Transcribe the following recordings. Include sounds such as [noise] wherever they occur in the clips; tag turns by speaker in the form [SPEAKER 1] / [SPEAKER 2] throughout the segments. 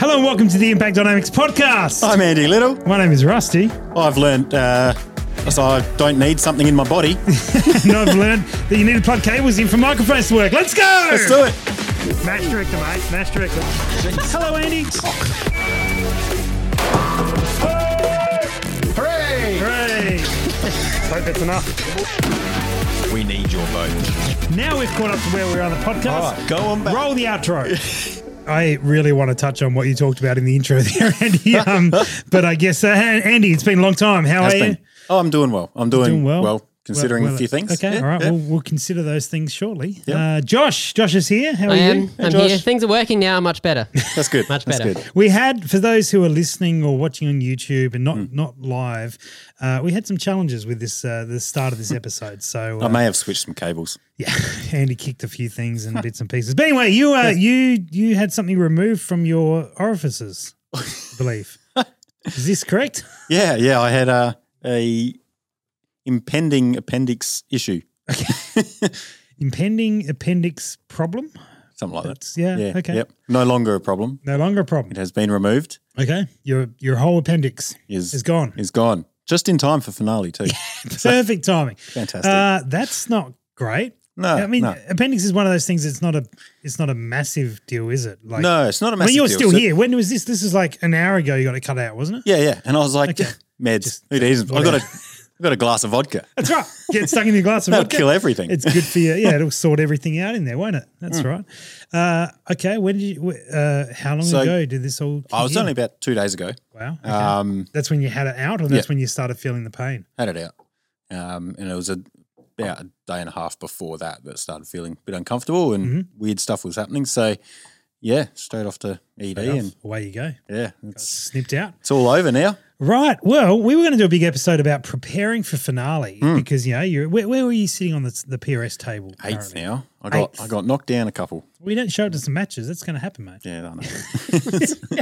[SPEAKER 1] Hello and welcome to the Impact Dynamics podcast.
[SPEAKER 2] I'm Andy Little.
[SPEAKER 1] My name is Rusty, [laughs]
[SPEAKER 2] I've learnt uh, so I don't need something in my body.
[SPEAKER 1] and I've learned that you need to plug cables in for microphones to work. Let's go!
[SPEAKER 2] Let's do it.
[SPEAKER 1] Mash director, mate. Mash director. Hello, Andy.
[SPEAKER 3] Hooray!
[SPEAKER 1] Hooray. Hope that's enough.
[SPEAKER 3] We need your vote.
[SPEAKER 1] Now we've caught up to where we are on the podcast.
[SPEAKER 2] All right, go on back.
[SPEAKER 1] Roll the outro. I really want to touch on what you talked about in the intro there,
[SPEAKER 2] [laughs]
[SPEAKER 1] Andy. Um, but I guess, uh, Andy, it's been a long time. How
[SPEAKER 2] Has
[SPEAKER 1] are you?
[SPEAKER 2] been. Oh, I'm doing well. I'm doing,
[SPEAKER 1] doing well.
[SPEAKER 2] well. considering
[SPEAKER 1] Well,
[SPEAKER 2] a few things.
[SPEAKER 1] Okay,
[SPEAKER 2] Yeah,
[SPEAKER 1] all right.
[SPEAKER 2] yeah.
[SPEAKER 1] Well, we'll consider those things shortly.
[SPEAKER 2] Yeah.
[SPEAKER 1] Uh, Josh, Josh is here. How are
[SPEAKER 4] I
[SPEAKER 1] you?
[SPEAKER 4] am.
[SPEAKER 2] Hey,
[SPEAKER 4] I'm
[SPEAKER 2] Josh.
[SPEAKER 4] here. Things are working now.
[SPEAKER 1] [laughs]
[SPEAKER 4] Much better.
[SPEAKER 2] That's good.
[SPEAKER 4] Much
[SPEAKER 2] That's
[SPEAKER 4] better.
[SPEAKER 2] good.
[SPEAKER 1] We had, for those who are listening or watching on YouTube and
[SPEAKER 2] Hmm.
[SPEAKER 1] not not live, uh, we had some challenges with this uh, the start of this episode. So
[SPEAKER 2] I
[SPEAKER 1] uh,
[SPEAKER 2] may have switched some cables.
[SPEAKER 1] yeah, [laughs] Andy kicked a few things
[SPEAKER 2] [laughs]
[SPEAKER 1] and bits and pieces. But anyway, you uh, you you had something removed from your orifices, I
[SPEAKER 2] [laughs]
[SPEAKER 1] believe. Is this correct?
[SPEAKER 2] Yeah, yeah. I had a, a impending appendix issue,
[SPEAKER 1] Impending appendix problem.
[SPEAKER 2] something like that.
[SPEAKER 1] That's yeah. okay.
[SPEAKER 2] Yep. No longer a problem.
[SPEAKER 1] No longer a
[SPEAKER 2] It
[SPEAKER 1] problem.
[SPEAKER 2] has been removed.
[SPEAKER 1] Okay. Your your whole appendix
[SPEAKER 2] Is
[SPEAKER 1] is gone.
[SPEAKER 2] is gone. Just in time for
[SPEAKER 1] [laughs]
[SPEAKER 2] finale too.
[SPEAKER 1] Perfect timing.
[SPEAKER 2] Fantastic.
[SPEAKER 1] Uh, that's not great.
[SPEAKER 2] no,
[SPEAKER 1] I mean,
[SPEAKER 2] no,
[SPEAKER 1] appendix is one of those things. It's not a it's not a massive deal, is it? Like
[SPEAKER 2] no. It's not a massive.
[SPEAKER 1] when you're
[SPEAKER 2] deal.
[SPEAKER 1] still
[SPEAKER 2] So-
[SPEAKER 1] here. When was this? This is like an hour ago. You got it cut out, wasn't it?
[SPEAKER 2] Yeah, yeah. And I was like,
[SPEAKER 1] Okay.
[SPEAKER 2] [laughs] meds.
[SPEAKER 1] Just-
[SPEAKER 2] who needs them? I got a,
[SPEAKER 1] whatever.
[SPEAKER 2] I got a glass of vodka.
[SPEAKER 1] [laughs] That's right. Get stuck in your glass of
[SPEAKER 2] [laughs] That'll
[SPEAKER 1] vodka.
[SPEAKER 2] kill everything.
[SPEAKER 1] It's good for you. Yeah, it'll sort everything out in there, won't it? That's
[SPEAKER 2] Hmm.
[SPEAKER 1] right. Uh, okay. When did you? wh- Uh, how long
[SPEAKER 2] So-
[SPEAKER 1] ago did this all?
[SPEAKER 2] I
[SPEAKER 1] kick
[SPEAKER 2] was
[SPEAKER 1] in?
[SPEAKER 2] only about two days ago.
[SPEAKER 1] wow. Okay.
[SPEAKER 2] Um,
[SPEAKER 1] that's when you had it out, or that's
[SPEAKER 2] yeah.
[SPEAKER 1] when you started feeling the pain.
[SPEAKER 2] had it out, um, and it was a, about a day and a half before that that started feeling a bit uncomfortable and
[SPEAKER 1] Mm-hmm.
[SPEAKER 2] weird stuff was happening. So, yeah, straight off to ED, and
[SPEAKER 1] Away you go.
[SPEAKER 2] yeah, it's,
[SPEAKER 1] Snipped out.
[SPEAKER 2] it's all over now.
[SPEAKER 1] Right. Well, we were going to do a big episode about preparing for finale
[SPEAKER 2] Hmm.
[SPEAKER 1] because you know you're where, where were you sitting on the, the PRS table?
[SPEAKER 2] Eighth
[SPEAKER 1] currently?
[SPEAKER 2] now. I got
[SPEAKER 1] Eighth.
[SPEAKER 2] I got knocked down a couple.
[SPEAKER 1] We don't show it to some matches. That's going to happen,
[SPEAKER 2] [laughs]
[SPEAKER 1] mate. [laughs]
[SPEAKER 2] Yeah, I know.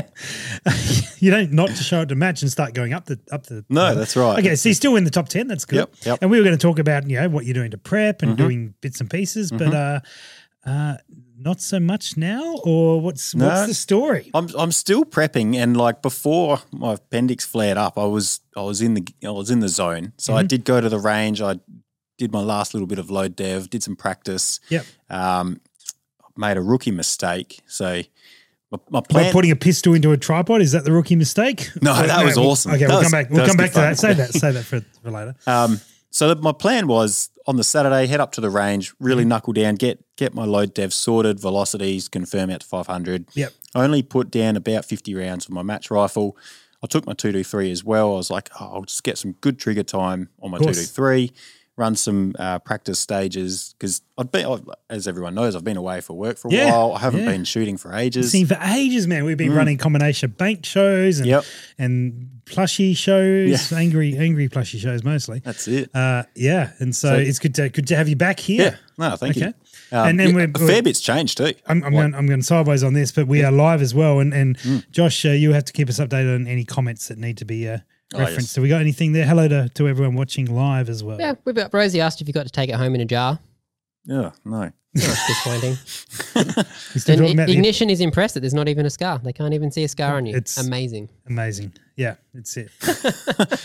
[SPEAKER 1] You don't not to show it to match and start going up the up the.
[SPEAKER 2] No, that's right.
[SPEAKER 1] Okay, so you're still in the top ten. That's good.
[SPEAKER 2] Yep, yep. Mm-hmm.
[SPEAKER 1] And we were going to talk about you know what you're doing to prep and doing bits and pieces, but uh, uh, not so much now. Or what's what's
[SPEAKER 2] No.
[SPEAKER 1] the story?
[SPEAKER 2] I'm I'm still prepping, and like before my appendix flared up, I was I was in the I was in the zone. So
[SPEAKER 1] Mm-hmm.
[SPEAKER 2] I did go to the range. I did my last little bit of load dev, did some practice.
[SPEAKER 1] Yep.
[SPEAKER 2] Um, made a rookie mistake. So my, my
[SPEAKER 1] Like
[SPEAKER 2] plan.
[SPEAKER 1] putting a pistol into a tripod is that the rookie mistake?
[SPEAKER 2] No,
[SPEAKER 1] Or-
[SPEAKER 2] that was
[SPEAKER 1] we'll-
[SPEAKER 2] awesome.
[SPEAKER 1] Okay,
[SPEAKER 2] That
[SPEAKER 1] we'll
[SPEAKER 2] was-
[SPEAKER 1] come back.
[SPEAKER 2] that
[SPEAKER 1] We'll
[SPEAKER 2] was
[SPEAKER 1] come
[SPEAKER 2] good
[SPEAKER 1] back to
[SPEAKER 2] fun.
[SPEAKER 1] that. Save that. Save
[SPEAKER 2] [laughs]
[SPEAKER 1] that for, for later.
[SPEAKER 2] um, so that my plan was on the Saturday head up to the range,
[SPEAKER 1] Mm-hmm.
[SPEAKER 2] really knuckle down, get get my load dev sorted, velocities confirm out to 500.
[SPEAKER 1] Yep.
[SPEAKER 2] I only put down about 50 rounds with my match rifle. I took my 223 as well. I was like, oh, I'll just get some good trigger time on my
[SPEAKER 1] Course.
[SPEAKER 2] 223, run some uh, practice stages because I've been, I've, as everyone knows, I've been away for work for a
[SPEAKER 1] Yeah,
[SPEAKER 2] while. I haven't
[SPEAKER 1] yeah.
[SPEAKER 2] been shooting for ages.
[SPEAKER 1] seen for ages, man. We've been running combination of bank shows and
[SPEAKER 2] Mm. Yep.
[SPEAKER 1] and plushie shows, angry angry plushie shows mostly.
[SPEAKER 2] That's it.
[SPEAKER 1] Uh, yeah, and so,
[SPEAKER 2] So-
[SPEAKER 1] it's good to good to have you back here.
[SPEAKER 2] yeah. No, thank
[SPEAKER 1] Okay.
[SPEAKER 2] you. Um,
[SPEAKER 1] And then
[SPEAKER 2] yeah,
[SPEAKER 1] we're-
[SPEAKER 2] a fair bit's changed too.
[SPEAKER 1] I'm, I'm going. I'm going sideways on this, but we are live as well. And and
[SPEAKER 2] Mm.
[SPEAKER 1] Josh, uh, you have to keep us updated on any comments that need to be uh,
[SPEAKER 2] Oh,
[SPEAKER 1] referenced.
[SPEAKER 2] yes.
[SPEAKER 1] So we got anything there? Hello to, to everyone watching live as well.
[SPEAKER 4] yeah, we've got Rosie asked if you got to take it home in a jar.
[SPEAKER 2] Yeah, no.
[SPEAKER 4] That's disappointing.
[SPEAKER 1] We're [laughs] still
[SPEAKER 4] and
[SPEAKER 1] talking about the-
[SPEAKER 4] Ignition is impressed that there's not even a scar. They can't even see a scar on you.
[SPEAKER 1] It's-
[SPEAKER 4] amazing.
[SPEAKER 1] amazing. Yeah, that's it.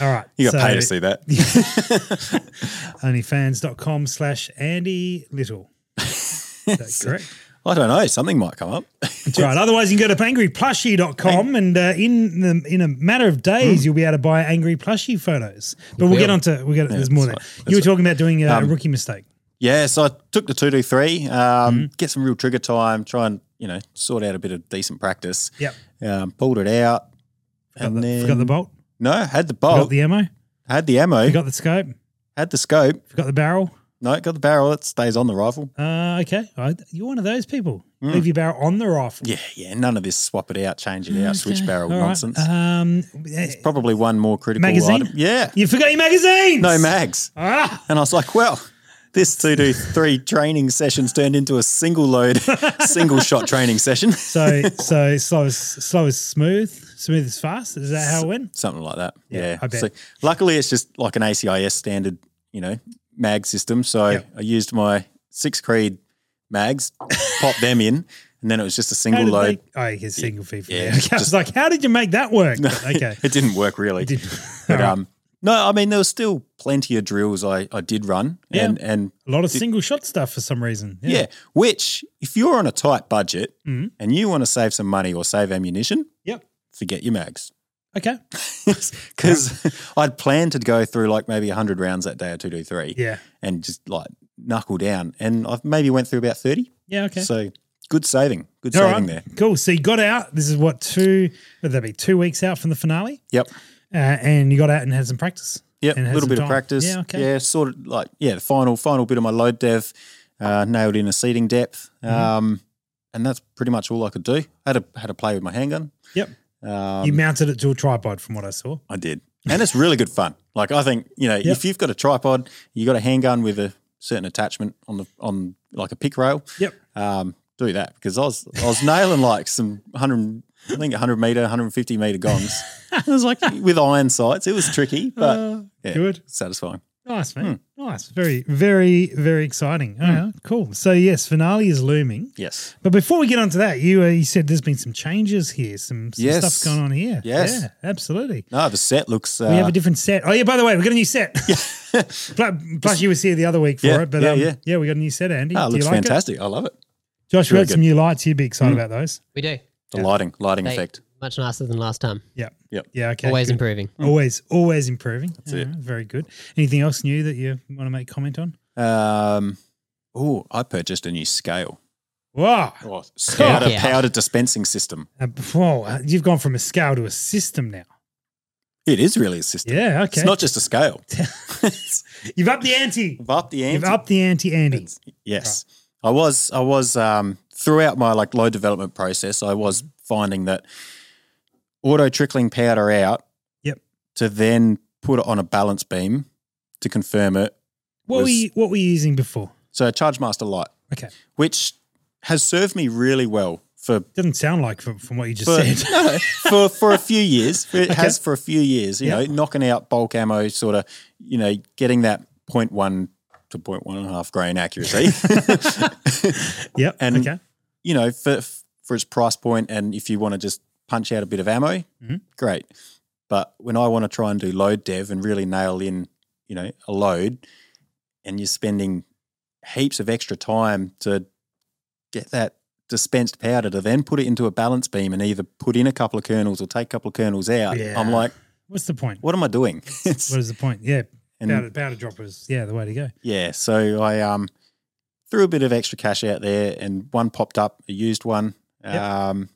[SPEAKER 1] All right,
[SPEAKER 2] You got
[SPEAKER 1] so
[SPEAKER 2] paid to see that.
[SPEAKER 1] [laughs] Onlyfans.com slash Andy Little. Is that correct?
[SPEAKER 2] I don't know. Something might come up.
[SPEAKER 1] That's right. Otherwise, you can go to angryplushie.com and uh, in the, in a matter of days, you'll be able to buy angry plushie photos. But we'll get
[SPEAKER 4] will.
[SPEAKER 1] onto we'll get there's more there.
[SPEAKER 2] that's Um,
[SPEAKER 1] You were talking about doing a rookie mistake.
[SPEAKER 2] Yeah, so I took the two two three, um,
[SPEAKER 1] Mm-hmm.
[SPEAKER 2] get some real trigger time, try and you know sort out a bit of decent practice.
[SPEAKER 1] Yep.
[SPEAKER 2] um, pulled it out,
[SPEAKER 1] Forgot,
[SPEAKER 2] and
[SPEAKER 1] the,
[SPEAKER 2] then Oh.
[SPEAKER 1] forgot the bolt.
[SPEAKER 2] no, had the
[SPEAKER 1] Forgot
[SPEAKER 2] bolt,
[SPEAKER 1] the ammo.
[SPEAKER 2] had the ammo,
[SPEAKER 1] Forgot the scope.
[SPEAKER 2] had the scope.
[SPEAKER 1] Forgot the barrel.
[SPEAKER 2] No, got the barrel. It stays on the rifle.
[SPEAKER 1] Uh, okay, All right. you're one of those people.
[SPEAKER 2] Hmm.
[SPEAKER 1] Leave your barrel on the rifle.
[SPEAKER 2] Yeah, yeah. None of this swap it out, change it out, switch barrel
[SPEAKER 1] All right.
[SPEAKER 2] nonsense.
[SPEAKER 1] Um,
[SPEAKER 2] Probably one more critical
[SPEAKER 1] Magazine?
[SPEAKER 2] item. Yeah,
[SPEAKER 1] you forgot your magazines.
[SPEAKER 2] no mags.
[SPEAKER 1] Ah,
[SPEAKER 2] And I was like, well, this two two three training session's turned into a single load,
[SPEAKER 1] [laughs]
[SPEAKER 2] single shot training session,
[SPEAKER 1] so so slow is slow is smooth. Smooth is fast. Is that how it went?
[SPEAKER 2] something like that. Yeah,
[SPEAKER 1] I bet.
[SPEAKER 2] So luckily, it's just like an ACIS standard, you know, mag system. So I used my six Creed mags, popped them in, and then it was just a
[SPEAKER 1] How
[SPEAKER 2] single
[SPEAKER 1] did
[SPEAKER 2] load.
[SPEAKER 1] they, oh, you get single fee for
[SPEAKER 2] Yeah,
[SPEAKER 1] that. I was
[SPEAKER 2] just-
[SPEAKER 1] like, how did you make that work?
[SPEAKER 2] No,
[SPEAKER 1] [laughs] okay.
[SPEAKER 2] [laughs] it didn't work really.
[SPEAKER 1] Did-
[SPEAKER 2] [laughs] But
[SPEAKER 1] All right.
[SPEAKER 2] um, no, I mean there was still plenty of drills I, I did run,
[SPEAKER 1] Yeah.
[SPEAKER 2] and and
[SPEAKER 1] a lot of single shot stuff for some reason.
[SPEAKER 2] yeah. which if you're on a tight budget
[SPEAKER 1] Mhm.
[SPEAKER 2] and you want to save some money or save ammunition,
[SPEAKER 1] Yep.
[SPEAKER 2] forget
[SPEAKER 1] [laughs]
[SPEAKER 2] your mags.
[SPEAKER 1] Okay.
[SPEAKER 2] Because [laughs] I'd planned to go through like maybe hundred rounds that day or two to three,
[SPEAKER 1] Yeah.
[SPEAKER 2] and just like knuckle down, and I have maybe went through about thirty.
[SPEAKER 1] Yeah. Okay.
[SPEAKER 2] So good saving, good
[SPEAKER 1] All
[SPEAKER 2] saving
[SPEAKER 1] right.
[SPEAKER 2] there.
[SPEAKER 1] Cool. So you got out. This is what two? Would that be two weeks out from the finale?
[SPEAKER 2] Yep.
[SPEAKER 1] Uh, and you got out and had some practice.
[SPEAKER 2] Yep,
[SPEAKER 1] And
[SPEAKER 2] a
[SPEAKER 1] had
[SPEAKER 2] little
[SPEAKER 1] some
[SPEAKER 2] bit
[SPEAKER 1] time.
[SPEAKER 2] of practice.
[SPEAKER 1] Yeah,
[SPEAKER 2] Yeah,
[SPEAKER 1] okay.
[SPEAKER 2] sort of like yeah, the final final bit of my load dev, uh, nailed in a seating depth,
[SPEAKER 1] Mm-hmm.
[SPEAKER 2] um, and that's pretty much all I could do. Had a had a play with my handgun.
[SPEAKER 1] Yep.
[SPEAKER 2] Um,
[SPEAKER 1] you mounted it to a tripod, from what I saw.
[SPEAKER 2] I did, and it's really good fun. Like I think you know,
[SPEAKER 1] Yep.
[SPEAKER 2] if you've got a tripod, you got a handgun with a certain attachment on the on like a pick rail. [laughs]
[SPEAKER 1] Yep.
[SPEAKER 2] Um, do that because I was I was nailing like some hundred. I think 100 meter, 150 meter gongs.
[SPEAKER 1] [laughs]
[SPEAKER 2] it was like with iron sights. It was tricky, but
[SPEAKER 1] Uh,
[SPEAKER 2] yeah,
[SPEAKER 1] good.
[SPEAKER 2] satisfying.
[SPEAKER 1] Nice, man.
[SPEAKER 2] Hmm.
[SPEAKER 1] Nice. Very, very, very exciting. All right, Cool. So yes, finale is looming.
[SPEAKER 2] Yes.
[SPEAKER 1] But before we get onto that, you uh, you said there's been some changes here, some, some
[SPEAKER 2] Yes.
[SPEAKER 1] stuff going on here.
[SPEAKER 2] Yes.
[SPEAKER 1] Yeah, absolutely.
[SPEAKER 2] No, the set looks. Uh,
[SPEAKER 1] We have a different set. Oh yeah, by the way, we got a new set. [laughs] Plus, plus you was here the other week for
[SPEAKER 2] Yeah,
[SPEAKER 1] it, but
[SPEAKER 2] yeah,
[SPEAKER 1] um, yeah.
[SPEAKER 2] yeah.
[SPEAKER 1] we got a new set, Andy.
[SPEAKER 2] Ah, it
[SPEAKER 1] Do you
[SPEAKER 2] looks
[SPEAKER 1] like it?
[SPEAKER 2] fantastic. I love it.
[SPEAKER 1] Josh, we
[SPEAKER 2] Really Hmm.
[SPEAKER 1] got some new lights. You'd be excited about those.
[SPEAKER 4] We do.
[SPEAKER 2] The lighting, lighting
[SPEAKER 4] They-
[SPEAKER 2] effect.
[SPEAKER 4] Much nicer than last time.
[SPEAKER 1] Yeah.
[SPEAKER 2] Yep.
[SPEAKER 1] Yeah. Okay.
[SPEAKER 4] Always
[SPEAKER 1] good.
[SPEAKER 4] improving.
[SPEAKER 1] Always, always improving. That's
[SPEAKER 2] it.
[SPEAKER 1] Very good. Anything else new that you want to make comment on?
[SPEAKER 2] Um, oh, I purchased a new scale.
[SPEAKER 1] Wow.
[SPEAKER 2] Oh, powder,
[SPEAKER 4] yeah.
[SPEAKER 2] powder dispensing system.
[SPEAKER 1] Uh, whoa, uh, you've gone from a scale to a system now.
[SPEAKER 2] It is really a system.
[SPEAKER 1] Yeah, okay.
[SPEAKER 2] It's not just
[SPEAKER 1] [laughs]
[SPEAKER 2] a scale. [laughs]
[SPEAKER 1] you've upped the ante.
[SPEAKER 2] I've upped the ante.
[SPEAKER 1] You've upped the ante, Andy.
[SPEAKER 2] Yes, I was. I was um, throughout my like low development process. I was finding that auto trickling powder out.
[SPEAKER 1] Yep.
[SPEAKER 2] To then put it on a balance beam to confirm it.
[SPEAKER 1] What were
[SPEAKER 2] was-
[SPEAKER 1] you, what were you using before?
[SPEAKER 2] So a charge master light,
[SPEAKER 1] Okay,
[SPEAKER 2] which has served me really well for
[SPEAKER 1] doesn't sound like from, from what you just
[SPEAKER 2] for,
[SPEAKER 1] said.
[SPEAKER 2] [laughs] no, for for a few years. It has for a few years. You
[SPEAKER 1] Yeah.
[SPEAKER 2] know, knocking out bulk ammo, sort of. You know, getting that 0.1 to 0.1 and a half grain accuracy.
[SPEAKER 1] [laughs] Yep.
[SPEAKER 2] and-
[SPEAKER 1] okay.
[SPEAKER 2] you know, for for its price point, and if you want to just punch out a bit of ammo,
[SPEAKER 1] Mhm.
[SPEAKER 2] great. But when I want to try and do load dev and really nail in, you know, a load, and you're spending heaps of extra time to get that dispensed powder to then put it into a balance beam and either put in a couple of kernels or take a couple of kernels out,
[SPEAKER 1] Yeah.
[SPEAKER 2] I'm like,
[SPEAKER 1] What's the point?
[SPEAKER 2] what am I doing? [laughs] It's-
[SPEAKER 1] What is the point? Yeah,
[SPEAKER 2] and-
[SPEAKER 1] powder, powder droppers. Yeah, the way to go.
[SPEAKER 2] yeah, so I um threw a bit of extra cash out there, and one popped up, a used one.
[SPEAKER 1] Yep.
[SPEAKER 2] Um,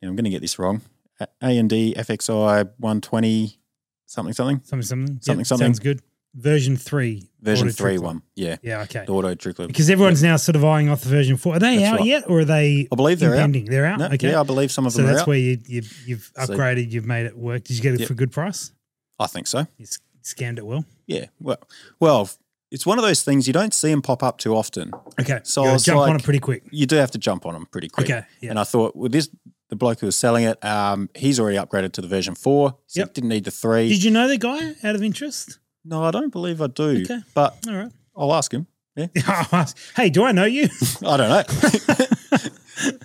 [SPEAKER 2] and I'm going to get this wrong. A and D FXI 120 something something
[SPEAKER 1] Something, something, Yep,
[SPEAKER 2] Something, something.
[SPEAKER 1] Sounds good. Version three,
[SPEAKER 2] version
[SPEAKER 1] auto
[SPEAKER 2] three
[SPEAKER 1] trickler.
[SPEAKER 2] one. Yeah,
[SPEAKER 1] Yeah, okay.
[SPEAKER 2] the auto trickler.
[SPEAKER 1] Because everyone's now sort of eyeing off the version four. Are they
[SPEAKER 2] That's
[SPEAKER 1] out
[SPEAKER 2] right.
[SPEAKER 1] yet, or are they?
[SPEAKER 2] I believe they're out.
[SPEAKER 1] impending? They're out.
[SPEAKER 2] No,
[SPEAKER 1] okay.
[SPEAKER 2] Yeah, I believe some of
[SPEAKER 1] so
[SPEAKER 2] them are
[SPEAKER 1] that's
[SPEAKER 2] out.
[SPEAKER 1] where you, you you've
[SPEAKER 2] So-
[SPEAKER 1] upgraded. you've made it work. Did you get it
[SPEAKER 2] Yep.
[SPEAKER 1] for a good price?
[SPEAKER 2] I think so.
[SPEAKER 1] You s- scanned it well.
[SPEAKER 2] Yeah. Well, well, it's one of those things you don't see them pop up too often.
[SPEAKER 1] Okay.
[SPEAKER 2] So
[SPEAKER 1] you
[SPEAKER 2] I
[SPEAKER 1] gotta
[SPEAKER 2] was
[SPEAKER 1] jump on
[SPEAKER 2] like-
[SPEAKER 1] it pretty quick.
[SPEAKER 2] You do have to jump on them pretty quick.
[SPEAKER 1] Okay. Yeah.
[SPEAKER 2] And I thought, well, this the bloke who was selling it, um, he's already upgraded to the version four. So
[SPEAKER 1] Yep.
[SPEAKER 2] didn't need the three.
[SPEAKER 1] Did you know the guy out of interest?
[SPEAKER 2] No, I don't believe I do.
[SPEAKER 1] Okay.
[SPEAKER 2] But
[SPEAKER 1] All right.
[SPEAKER 2] I'll ask him. [laughs] Yeah.
[SPEAKER 1] I'll ask, hey, do I know you?
[SPEAKER 2] I don't know.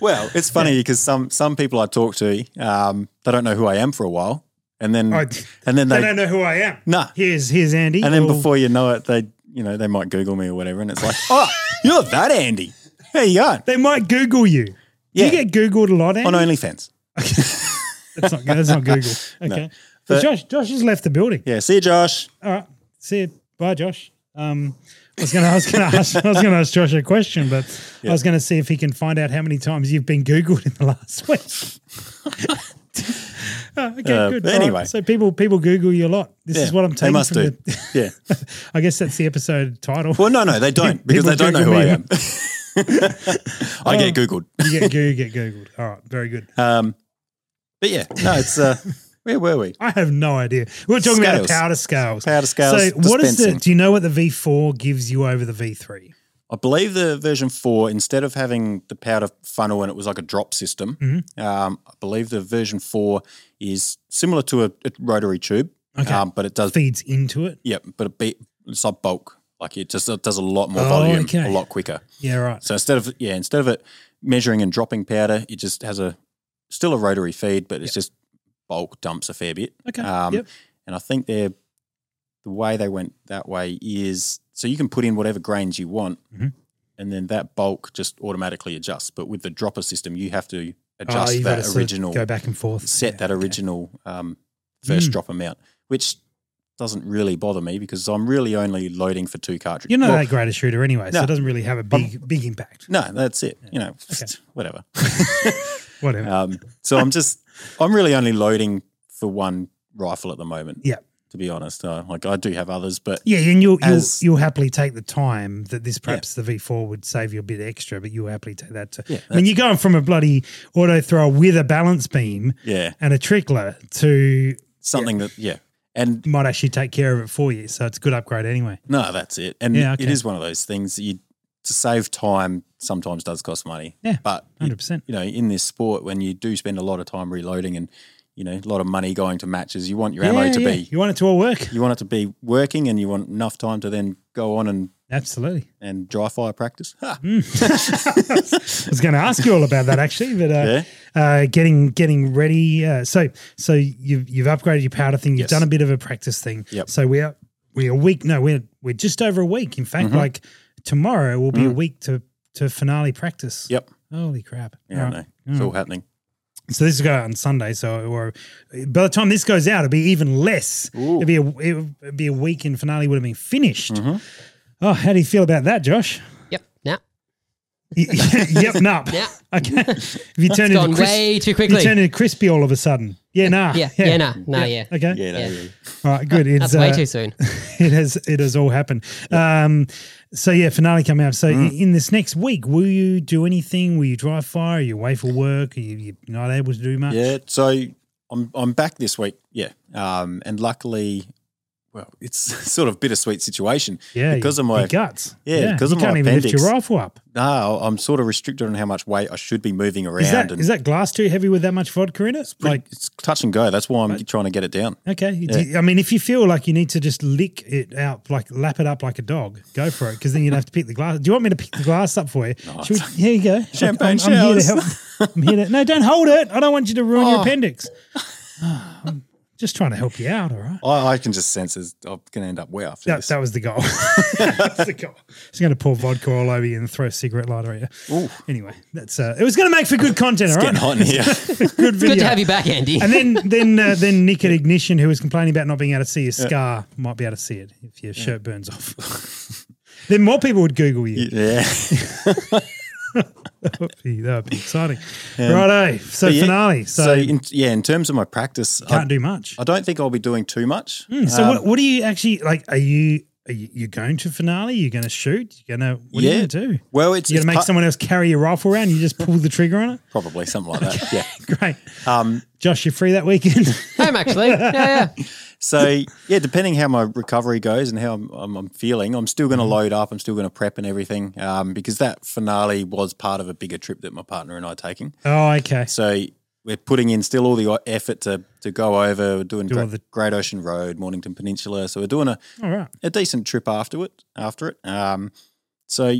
[SPEAKER 2] [laughs] well, it's funny because some some people I talk to, um, they don't know who I am for a while, and then
[SPEAKER 1] [laughs] I,
[SPEAKER 2] and then
[SPEAKER 1] they
[SPEAKER 2] they,
[SPEAKER 1] don't know who I am.
[SPEAKER 2] nah,
[SPEAKER 1] Here's here's Andy.
[SPEAKER 2] and then
[SPEAKER 1] Well,
[SPEAKER 2] before you know it, they you know they might Google me or whatever, and it's like, oh, you're that Andy. How you going
[SPEAKER 1] they might Google you.
[SPEAKER 2] Yeah. Oh,
[SPEAKER 1] Do you get Googled a lot, Andy?
[SPEAKER 2] on OnlyFans?
[SPEAKER 1] That's not that's
[SPEAKER 2] [laughs]
[SPEAKER 1] not Google. Okay. so
[SPEAKER 2] But-
[SPEAKER 1] Josh, Josh has left the building.
[SPEAKER 2] Yeah. See you, Josh.
[SPEAKER 1] All right. See you. Bye, Josh. Um, I was gonna, I was gonna
[SPEAKER 2] [laughs]
[SPEAKER 1] ask, I was gonna ask Josh a question, but I was gonna see if he can find out how many times you've been Googled in the last week.
[SPEAKER 2] [laughs]
[SPEAKER 1] [laughs] Oh, okay,
[SPEAKER 2] Uh,
[SPEAKER 1] good.
[SPEAKER 2] but
[SPEAKER 1] All right.
[SPEAKER 2] anyway.
[SPEAKER 1] so people people Google you a lot. This is
[SPEAKER 2] Yeah,
[SPEAKER 1] what I'm taking.
[SPEAKER 2] They must
[SPEAKER 1] from
[SPEAKER 2] do.
[SPEAKER 1] the-
[SPEAKER 2] [laughs] yeah.
[SPEAKER 1] [laughs] I guess that's the episode title. [laughs]
[SPEAKER 2] Well, no, no, they don't because
[SPEAKER 1] People
[SPEAKER 2] they don't know who
[SPEAKER 1] Google
[SPEAKER 2] I
[SPEAKER 1] me.
[SPEAKER 2] am. [laughs] I get Googled.
[SPEAKER 1] You get, you get Googled. All right, very good.
[SPEAKER 2] Um, but yeah, no, it's uh, where were we?
[SPEAKER 1] I have no idea. We're talking about
[SPEAKER 2] Scales.
[SPEAKER 1] powder scales.
[SPEAKER 2] Powder scales.
[SPEAKER 1] So, what is the?
[SPEAKER 2] dispensing.
[SPEAKER 1] Do you know what the V4 gives you over the V3?
[SPEAKER 2] I believe the version four, instead of having the powder funnel and it was like a drop system,
[SPEAKER 1] Mm-hmm.
[SPEAKER 2] um, I believe the version four is similar to a, a rotary tube,
[SPEAKER 1] Okay.
[SPEAKER 2] um, but it does,
[SPEAKER 1] Feeds into it.
[SPEAKER 2] yeah, but it be, it's like bulk. Like it just it does a lot more
[SPEAKER 1] Oh,
[SPEAKER 2] volume,
[SPEAKER 1] okay.
[SPEAKER 2] a lot quicker.
[SPEAKER 1] Yeah, right.
[SPEAKER 2] So instead of yeah, instead of it measuring and dropping powder. It just has a still a rotary feed, but it's just bulk dumps a fair bit.
[SPEAKER 1] Okay.
[SPEAKER 2] Um,
[SPEAKER 1] yep.
[SPEAKER 2] And I think they're the way they went that way is so you can put in whatever grains you want,
[SPEAKER 1] Mhm.
[SPEAKER 2] and then that bulk just automatically adjusts. But with the dropper system, you have to
[SPEAKER 1] Oh,
[SPEAKER 2] adjust
[SPEAKER 1] you've gotta
[SPEAKER 2] that
[SPEAKER 1] sort of
[SPEAKER 2] original
[SPEAKER 1] Go back and forth.
[SPEAKER 2] set
[SPEAKER 1] Yeah,
[SPEAKER 2] that
[SPEAKER 1] okay.
[SPEAKER 2] original um, first
[SPEAKER 1] Mm.
[SPEAKER 2] drop amount, which doesn't really bother me because I'm really only loading for two cartridges.
[SPEAKER 1] You're not
[SPEAKER 2] Well,
[SPEAKER 1] that great a shooter anyway, so
[SPEAKER 2] No. Um,
[SPEAKER 1] it doesn't really have a big big impact.
[SPEAKER 2] no, that's it. You know,
[SPEAKER 1] Okay. [laughs]
[SPEAKER 2] whatever. [laughs]
[SPEAKER 1] Whatever.
[SPEAKER 2] um, so I'm just, I'm really only loading for one rifle at the moment.
[SPEAKER 1] Yeah.
[SPEAKER 2] To be honest, uh, like I do have others, but
[SPEAKER 1] yeah, and you'll, you'll
[SPEAKER 2] as-
[SPEAKER 1] you'll happily take the time that this perhaps the V4 would save you a bit extra, but you'll happily take that. To,
[SPEAKER 2] yeah,
[SPEAKER 1] I mean, you're going from a bloody auto thrower with a balance beam
[SPEAKER 2] yeah,
[SPEAKER 1] and a trickler to
[SPEAKER 2] something that yeah, and
[SPEAKER 1] might actually take care of it for you. So it's a good upgrade anyway.
[SPEAKER 2] No, that's it. And
[SPEAKER 1] Yeah,
[SPEAKER 2] it
[SPEAKER 1] okay.
[SPEAKER 2] is one of those things that you to save time sometimes does cost money.
[SPEAKER 1] Yeah,
[SPEAKER 2] But you,
[SPEAKER 1] Hundred percent.
[SPEAKER 2] you know, in this sport when you do spend a lot of time reloading and, you know, a lot of money going to matches, you want your ammo to be
[SPEAKER 1] You want it to all work?
[SPEAKER 2] you want it to be working and you want enough time to then go on and,
[SPEAKER 1] Absolutely. Hmm.
[SPEAKER 2] and dry fire practice. Ha.
[SPEAKER 1] Mm, [laughs] I was going to ask you all about that actually, but uh,
[SPEAKER 2] Yeah.
[SPEAKER 1] uh, getting getting ready. Uh, so so you've you've upgraded your powder thing. You've
[SPEAKER 2] Yes.
[SPEAKER 1] done a bit of a practice thing.
[SPEAKER 2] Yep.
[SPEAKER 1] So we're we're a week. No, we're we're just over a week. In fact,
[SPEAKER 2] Mm-hmm.
[SPEAKER 1] like tomorrow will be a week to to finale practice.
[SPEAKER 2] Mm. Yep.
[SPEAKER 1] Holy crap!
[SPEAKER 2] Yeah, I
[SPEAKER 1] All right.
[SPEAKER 2] know. It's all happening.
[SPEAKER 1] So this is going out on Sunday. So or by the time this goes out, it'll be even less.
[SPEAKER 2] Ooh. Mm-hmm.
[SPEAKER 1] It'll be a it'll be a week in finale would have been finished.
[SPEAKER 2] Mm.
[SPEAKER 1] [laughs] Oh, how do you feel about that, Josh? [laughs]
[SPEAKER 4] Yep. Now,
[SPEAKER 1] Y- [laughs] yep, [laughs] nup.
[SPEAKER 4] [laughs] Yeah.
[SPEAKER 1] Okay. If you turn into
[SPEAKER 4] it's gone
[SPEAKER 1] Chris,
[SPEAKER 4] way too
[SPEAKER 1] if you
[SPEAKER 4] quickly.
[SPEAKER 1] turn into crispy all of a sudden. Yeah, nah.
[SPEAKER 4] yeah. Yeah. Nah. Nah. Yeah.
[SPEAKER 1] Okay.
[SPEAKER 2] Yeah, no,
[SPEAKER 4] Yeah.
[SPEAKER 2] yeah.
[SPEAKER 1] All right. Good. It's
[SPEAKER 4] That's way
[SPEAKER 1] uh,
[SPEAKER 4] too soon.
[SPEAKER 1] [laughs] it has it has all happened. Um, so yeah, finale coming up. So i-
[SPEAKER 2] Mm.
[SPEAKER 1] in this next week, will you do anything? Will you drive fire? Are you away for work? Are you you're not able to do much?
[SPEAKER 2] Yeah, so I'm I'm back this week. Yeah, um, and luckily, well, it's [laughs] sort of bittersweet situation.
[SPEAKER 1] Yeah,
[SPEAKER 2] because
[SPEAKER 1] you-
[SPEAKER 2] of
[SPEAKER 1] your
[SPEAKER 2] my
[SPEAKER 1] guts.
[SPEAKER 2] yeah, because
[SPEAKER 1] you
[SPEAKER 2] of my
[SPEAKER 1] can't even lift
[SPEAKER 2] appendix.
[SPEAKER 1] your rifle up.
[SPEAKER 2] no, I'm sort of restricted on how much weight I should be moving around.
[SPEAKER 1] Is that
[SPEAKER 2] and
[SPEAKER 1] is that glass too heavy with that much vodka in it?
[SPEAKER 2] like
[SPEAKER 1] Like
[SPEAKER 2] it's touch and go. That's why I'm trying to get it down.
[SPEAKER 1] okay, Do you- I mean, if you feel like you need to just lick it out, like lap it up like a dog, go for it. Because then you'd have to pick the glass. Do you want me to pick the glass up for you? Should we- here you go.
[SPEAKER 2] Champagne
[SPEAKER 1] I'm, I'm here to
[SPEAKER 2] showers.
[SPEAKER 1] help. I'm here to no, don't hold it. I don't want you to ruin your appendix. Ah, I'm just trying to help you out. All right.
[SPEAKER 2] I, I can just sense as I'm going to end up way after
[SPEAKER 1] That,
[SPEAKER 2] this.
[SPEAKER 1] that was the goal. [laughs] That's the goal. Just going to pour vodka all over you and throw a cigarette lighter at you.
[SPEAKER 2] Ooh.
[SPEAKER 1] Anyway, that's uh, it was going to make for good content. all right.
[SPEAKER 2] Getting hot
[SPEAKER 1] [laughs]
[SPEAKER 2] in here.
[SPEAKER 1] good video.
[SPEAKER 4] Good to have you back, Andy.
[SPEAKER 1] And then
[SPEAKER 2] [laughs]
[SPEAKER 1] then uh, then Nick at Ignition, who was complaining about not being able to see your scar, might be able to see it if your shirt burns off. [laughs] then more people would Google you.
[SPEAKER 2] [laughs]
[SPEAKER 1] [laughs]
[SPEAKER 2] yeah.
[SPEAKER 1] That, would be, that would be
[SPEAKER 2] [laughs]
[SPEAKER 1] exciting. Righto. So
[SPEAKER 2] Um, But yeah,
[SPEAKER 1] finale. So,
[SPEAKER 2] So
[SPEAKER 1] you
[SPEAKER 2] in, yeah, in terms of my practice,
[SPEAKER 1] can't
[SPEAKER 2] I,
[SPEAKER 1] do much.
[SPEAKER 2] I don't think I'll be doing too much.
[SPEAKER 1] Mm, so
[SPEAKER 2] Um,
[SPEAKER 1] what, what do you actually like? Are you are you you're going to finale? You're going to shoot? You're going to what are
[SPEAKER 2] Yeah.
[SPEAKER 1] you going to do?
[SPEAKER 2] Well, it's,
[SPEAKER 1] You're going
[SPEAKER 2] it's
[SPEAKER 1] to make
[SPEAKER 2] part-
[SPEAKER 1] someone else carry your rifle around? You just pull the trigger
[SPEAKER 2] [laughs]
[SPEAKER 1] on it?
[SPEAKER 2] probably something
[SPEAKER 1] [laughs]
[SPEAKER 2] like that. Yeah.
[SPEAKER 1] Great.
[SPEAKER 2] Um,
[SPEAKER 1] Josh, you're free that
[SPEAKER 2] [laughs]
[SPEAKER 1] weekend? [laughs]
[SPEAKER 4] Home actually. Yeah. Yeah.
[SPEAKER 2] So yeah, depending how my recovery goes and how I'm, I'm, I'm feeling, I'm still
[SPEAKER 1] Mm-hmm.
[SPEAKER 2] going to load up. I'm still going to prep and everything um, because that finale was part of a bigger trip that my partner and I are taking.
[SPEAKER 1] oh, okay.
[SPEAKER 2] So we're putting in still all the effort to to go over. We're doing
[SPEAKER 1] Do
[SPEAKER 2] Gra-
[SPEAKER 1] all the-
[SPEAKER 2] Great Ocean Road, Mornington Peninsula. So we're doing a,
[SPEAKER 1] All right.
[SPEAKER 2] a decent trip after it. After it, um, so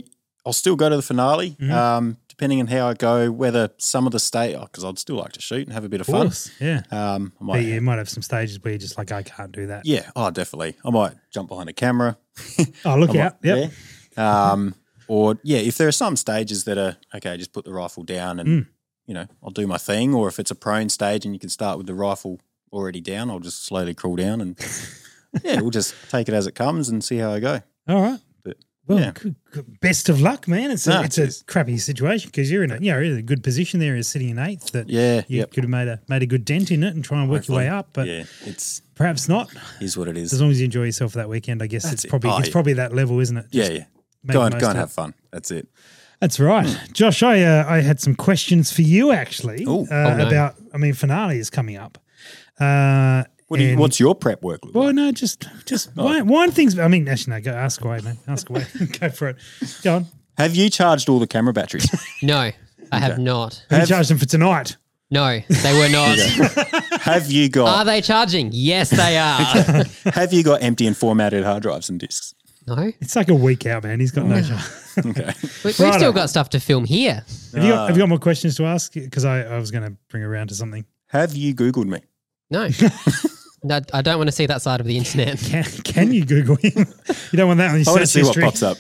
[SPEAKER 2] I'll still go to the finale.
[SPEAKER 1] Mm-hmm.
[SPEAKER 2] Um, depending on how I go, whether some of the state, because I'd still like to shoot and have a bit of
[SPEAKER 1] Of
[SPEAKER 2] fun.
[SPEAKER 1] course. Yeah.
[SPEAKER 2] Um, I might
[SPEAKER 1] But you might have some stages where you're just like, I can't do that.
[SPEAKER 2] Yeah, oh, definitely. I might jump behind a camera.
[SPEAKER 1] Oh, look
[SPEAKER 2] I might-
[SPEAKER 1] out. Yep.
[SPEAKER 2] yeah. Um, or yeah, if there are some stages that are okay, just put the rifle down and
[SPEAKER 1] Mm.
[SPEAKER 2] you know I'll do my thing. Or if it's a prone stage and you can start with the rifle already down, I'll just slowly crawl down and yeah, we'll just take it as it comes and see how I go.
[SPEAKER 1] All right.
[SPEAKER 2] But,
[SPEAKER 1] Well,
[SPEAKER 2] yeah.
[SPEAKER 1] good, good- best of luck, man. It's a,
[SPEAKER 2] No,
[SPEAKER 1] it's a
[SPEAKER 2] cheers.
[SPEAKER 1] crappy situation because you're in a you know, you're in a good position there, is sitting in eighth. That
[SPEAKER 2] Yeah,
[SPEAKER 1] you
[SPEAKER 2] yep.
[SPEAKER 1] could have made a made a good dent in it and try and work your way up, but
[SPEAKER 2] yeah, it's
[SPEAKER 1] perhaps not.
[SPEAKER 2] is what it
[SPEAKER 1] As
[SPEAKER 2] is.
[SPEAKER 1] long as you enjoy yourself that weekend, I guess
[SPEAKER 2] That's
[SPEAKER 1] it's
[SPEAKER 2] it.
[SPEAKER 1] probably
[SPEAKER 2] Oh,
[SPEAKER 1] it's
[SPEAKER 2] yeah.
[SPEAKER 1] probably that level, isn't it?
[SPEAKER 2] Yeah,
[SPEAKER 1] Just
[SPEAKER 2] yeah.
[SPEAKER 1] make
[SPEAKER 2] Go
[SPEAKER 1] the
[SPEAKER 2] and
[SPEAKER 1] most
[SPEAKER 2] go and
[SPEAKER 1] of it.
[SPEAKER 2] have fun. That's it.
[SPEAKER 1] That's right, Josh. I uh, I had some questions for you actually
[SPEAKER 2] Ooh.
[SPEAKER 1] uh,
[SPEAKER 2] Oh,
[SPEAKER 4] no.
[SPEAKER 1] about. I mean, finale is coming up. Uh,
[SPEAKER 2] What do you,
[SPEAKER 1] and-
[SPEAKER 2] what's your prep work look
[SPEAKER 1] Well,
[SPEAKER 2] like?
[SPEAKER 1] no, just just
[SPEAKER 2] Oh.
[SPEAKER 1] wind, wind things. I mean, actually, no, go ask away, man. Ask away. [laughs] go for it. Go on.
[SPEAKER 2] Have you charged all the camera
[SPEAKER 1] [laughs]
[SPEAKER 2] batteries?
[SPEAKER 4] No, I have not.
[SPEAKER 1] Have you charged them for tonight?
[SPEAKER 4] No, they
[SPEAKER 1] [laughs]
[SPEAKER 4] were not.
[SPEAKER 2] have you
[SPEAKER 4] Are
[SPEAKER 2] got
[SPEAKER 4] they charging? Yes, they are.
[SPEAKER 1] [laughs]
[SPEAKER 2] have you got empty and formatted hard drives and discs?
[SPEAKER 4] No,
[SPEAKER 1] It's like a week out, man. He's got no job.
[SPEAKER 2] Okay.
[SPEAKER 4] we, we've
[SPEAKER 1] Righto.
[SPEAKER 4] still got stuff to film here.
[SPEAKER 1] Have you, got, have you
[SPEAKER 2] Uh,
[SPEAKER 1] got more questions to ask? Because I, I was going to bring around to something.
[SPEAKER 2] have you Googled me?
[SPEAKER 1] [laughs]
[SPEAKER 4] No, no I don't want to see that side of the internet. [laughs]
[SPEAKER 1] Can, can you Google him? [laughs] you don't want that on your
[SPEAKER 2] I want to
[SPEAKER 1] search
[SPEAKER 2] see what
[SPEAKER 1] history.
[SPEAKER 2] pops up.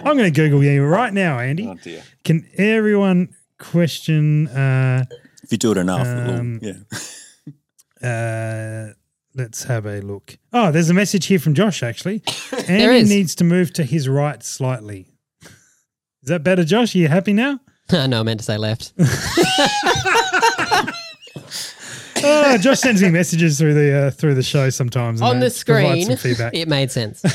[SPEAKER 1] [laughs] I'm going to Google you right now, Andy.
[SPEAKER 2] Oh, dear.
[SPEAKER 1] Can everyone question? Uh,
[SPEAKER 2] If you do it enough, it'll-
[SPEAKER 1] Um,
[SPEAKER 2] yeah.
[SPEAKER 1] uh, let's have a look. Oh, there's a message here from Josh.
[SPEAKER 2] [laughs]
[SPEAKER 1] Actually, Andy
[SPEAKER 4] is.
[SPEAKER 1] needs to move to his right slightly. Is that better, Josh? Are you happy now?
[SPEAKER 4] no, I meant to
[SPEAKER 1] [laughs]
[SPEAKER 4] say left.
[SPEAKER 1] Oh, Josh sends me messages through the uh, through the show sometimes. and
[SPEAKER 4] On the
[SPEAKER 1] that provides
[SPEAKER 4] screen,
[SPEAKER 1] some feedback.
[SPEAKER 4] it made sense.
[SPEAKER 1] [laughs]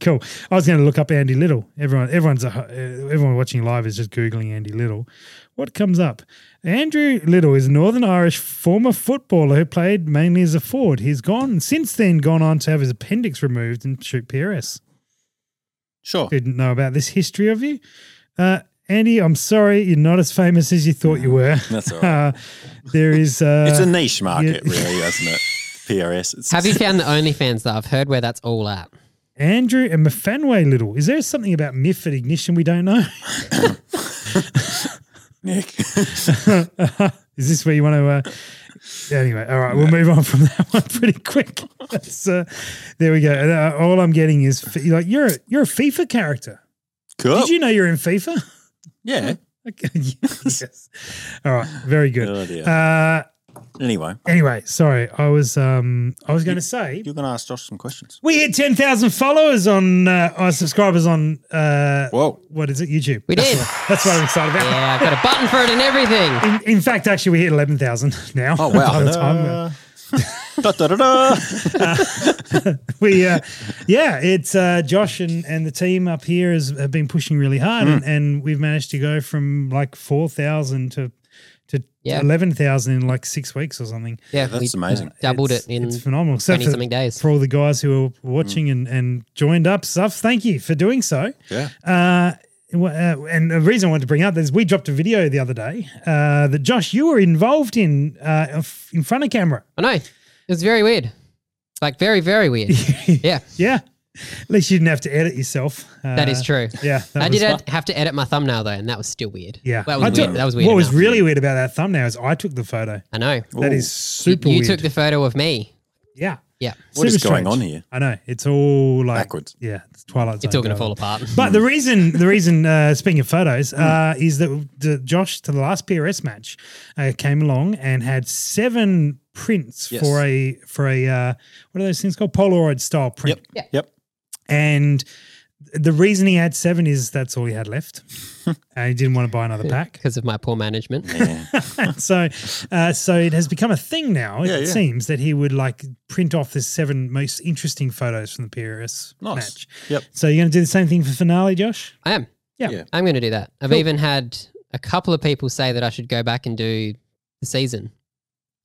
[SPEAKER 1] Cool. I was going to look up Andy Little. Everyone, everyone's a, uh, everyone watching live is just googling Andy Little. What comes up? Andrew Little is a Northern Irish former footballer who played mainly as a forward. He's gone since then gone on to have his appendix removed and shoot PRS.
[SPEAKER 2] Sure.
[SPEAKER 1] Didn't know about this history of you, uh, Andy. I'm sorry, you're not as famous as you thought you were.
[SPEAKER 2] [laughs]
[SPEAKER 1] [laughs]
[SPEAKER 2] That's all right.
[SPEAKER 1] Uh, there is uh,
[SPEAKER 2] it's a niche market,
[SPEAKER 1] yeah.
[SPEAKER 2] really, isn't it? PRS. It's,
[SPEAKER 4] Have you found the OnlyFans that I've heard where that's all at?
[SPEAKER 1] Andrew and Mfanway Little. Is there something about Miff at Ignition we don't know?
[SPEAKER 2] Nick? [laughs]
[SPEAKER 1] Is this where you want to? Uh, anyway, all right, we'll move on from [laughs] that one pretty quick. That's, uh, there we go. And, uh, all I'm getting is fi- like you're a, you're a FIFA character.
[SPEAKER 2] cool.
[SPEAKER 1] Did you know you're in FIFA? [laughs]
[SPEAKER 2] yeah.
[SPEAKER 1] Okay, [laughs] yes. All right. Very
[SPEAKER 2] Oh,
[SPEAKER 1] good.
[SPEAKER 2] dear.
[SPEAKER 1] Uh,
[SPEAKER 2] anyway,
[SPEAKER 1] anyway, sorry. I was um I was going to say
[SPEAKER 2] you're going to ask Josh some questions.
[SPEAKER 1] we hit ten thousand followers on uh, our subscribers on uh
[SPEAKER 2] Whoa.
[SPEAKER 1] what is it YouTube?
[SPEAKER 4] We did.
[SPEAKER 1] That's what I'm excited about.
[SPEAKER 4] Yeah, I've got a button for it
[SPEAKER 1] [laughs]
[SPEAKER 4] and everything.
[SPEAKER 1] In, in fact, actually, we hit eleven thousand [laughs] now.
[SPEAKER 2] Oh, wow.
[SPEAKER 1] By the time, uh,
[SPEAKER 2] [laughs] da, da, da, da.
[SPEAKER 1] we uh, yeah it's uh, josh and, and the team up here has have been pushing really hard and,
[SPEAKER 4] Hmm.
[SPEAKER 1] and we've managed to go from like 4000 to to
[SPEAKER 4] Yeah.
[SPEAKER 1] 11000 in like six weeks or something
[SPEAKER 4] Yeah,
[SPEAKER 2] That's
[SPEAKER 4] we
[SPEAKER 2] amazing.
[SPEAKER 4] doubled
[SPEAKER 1] It's-
[SPEAKER 4] it in
[SPEAKER 1] it's phenomenal So
[SPEAKER 4] 20
[SPEAKER 1] for,
[SPEAKER 4] something days. Hmm.
[SPEAKER 1] for all the guys who are watching and, and joined up stuff thank you for doing so
[SPEAKER 2] Yeah.
[SPEAKER 1] uh, w- uh, and the reason I wanted to bring up is we dropped a video the other day uh, that Josh you were involved in uh, f- in front of camera.
[SPEAKER 4] I know. It was very weird. Like, very,
[SPEAKER 1] [laughs]
[SPEAKER 4] very weird. yeah,
[SPEAKER 1] Yeah, at least you didn't have to edit yourself. Uh,
[SPEAKER 4] that is true.
[SPEAKER 1] Yeah, that
[SPEAKER 4] I
[SPEAKER 1] was-
[SPEAKER 4] did ed- have to edit my thumbnail, though, and that was still weird.
[SPEAKER 1] Yeah,
[SPEAKER 4] That
[SPEAKER 1] I
[SPEAKER 4] was
[SPEAKER 1] took-
[SPEAKER 4] weird. That was weird.
[SPEAKER 1] What was
[SPEAKER 4] enough.
[SPEAKER 1] really weird about that thumbnail is I took the photo.
[SPEAKER 4] I know.
[SPEAKER 1] That
[SPEAKER 2] Ooh.
[SPEAKER 1] is super
[SPEAKER 4] you
[SPEAKER 1] weird.
[SPEAKER 4] took the photo of me.
[SPEAKER 1] yeah.
[SPEAKER 4] Yeah.
[SPEAKER 2] What is
[SPEAKER 1] Super
[SPEAKER 2] going
[SPEAKER 1] strange.
[SPEAKER 2] on here?
[SPEAKER 1] I know it's all like
[SPEAKER 2] Backwards. Hmm.
[SPEAKER 1] Yeah, it's Twilight Zone.
[SPEAKER 4] It's all going to
[SPEAKER 1] drama.
[SPEAKER 4] fall apart. [laughs]
[SPEAKER 1] But the reason, the reason, uh, speaking of photos, uh, is that the, Josh to the last PRS match uh, came along and had seven prints
[SPEAKER 2] Yes.
[SPEAKER 1] for a for a uh, what are those things called Polaroid style print.
[SPEAKER 2] Yep.
[SPEAKER 4] Yeah.
[SPEAKER 2] Yep.
[SPEAKER 1] And the reason he had seven is that's all he had
[SPEAKER 2] [laughs]
[SPEAKER 1] left. and he didn't want to buy another pack.
[SPEAKER 4] Because of my poor management.
[SPEAKER 1] [laughs]
[SPEAKER 2] Yeah.
[SPEAKER 1] so, uh, so it has become a thing now.
[SPEAKER 2] Yeah,
[SPEAKER 1] it
[SPEAKER 2] yeah.
[SPEAKER 1] seems that he would like print off the seven most interesting photos from the PRS
[SPEAKER 2] Nice.
[SPEAKER 1] match.
[SPEAKER 2] Yep.
[SPEAKER 1] So you're going to do the same thing for finale, Josh?
[SPEAKER 4] I am.
[SPEAKER 1] Yeah.
[SPEAKER 2] Yeah.
[SPEAKER 4] I'm going to do that. I've
[SPEAKER 1] Cool.
[SPEAKER 4] even had a couple of people say that I should go back and do the season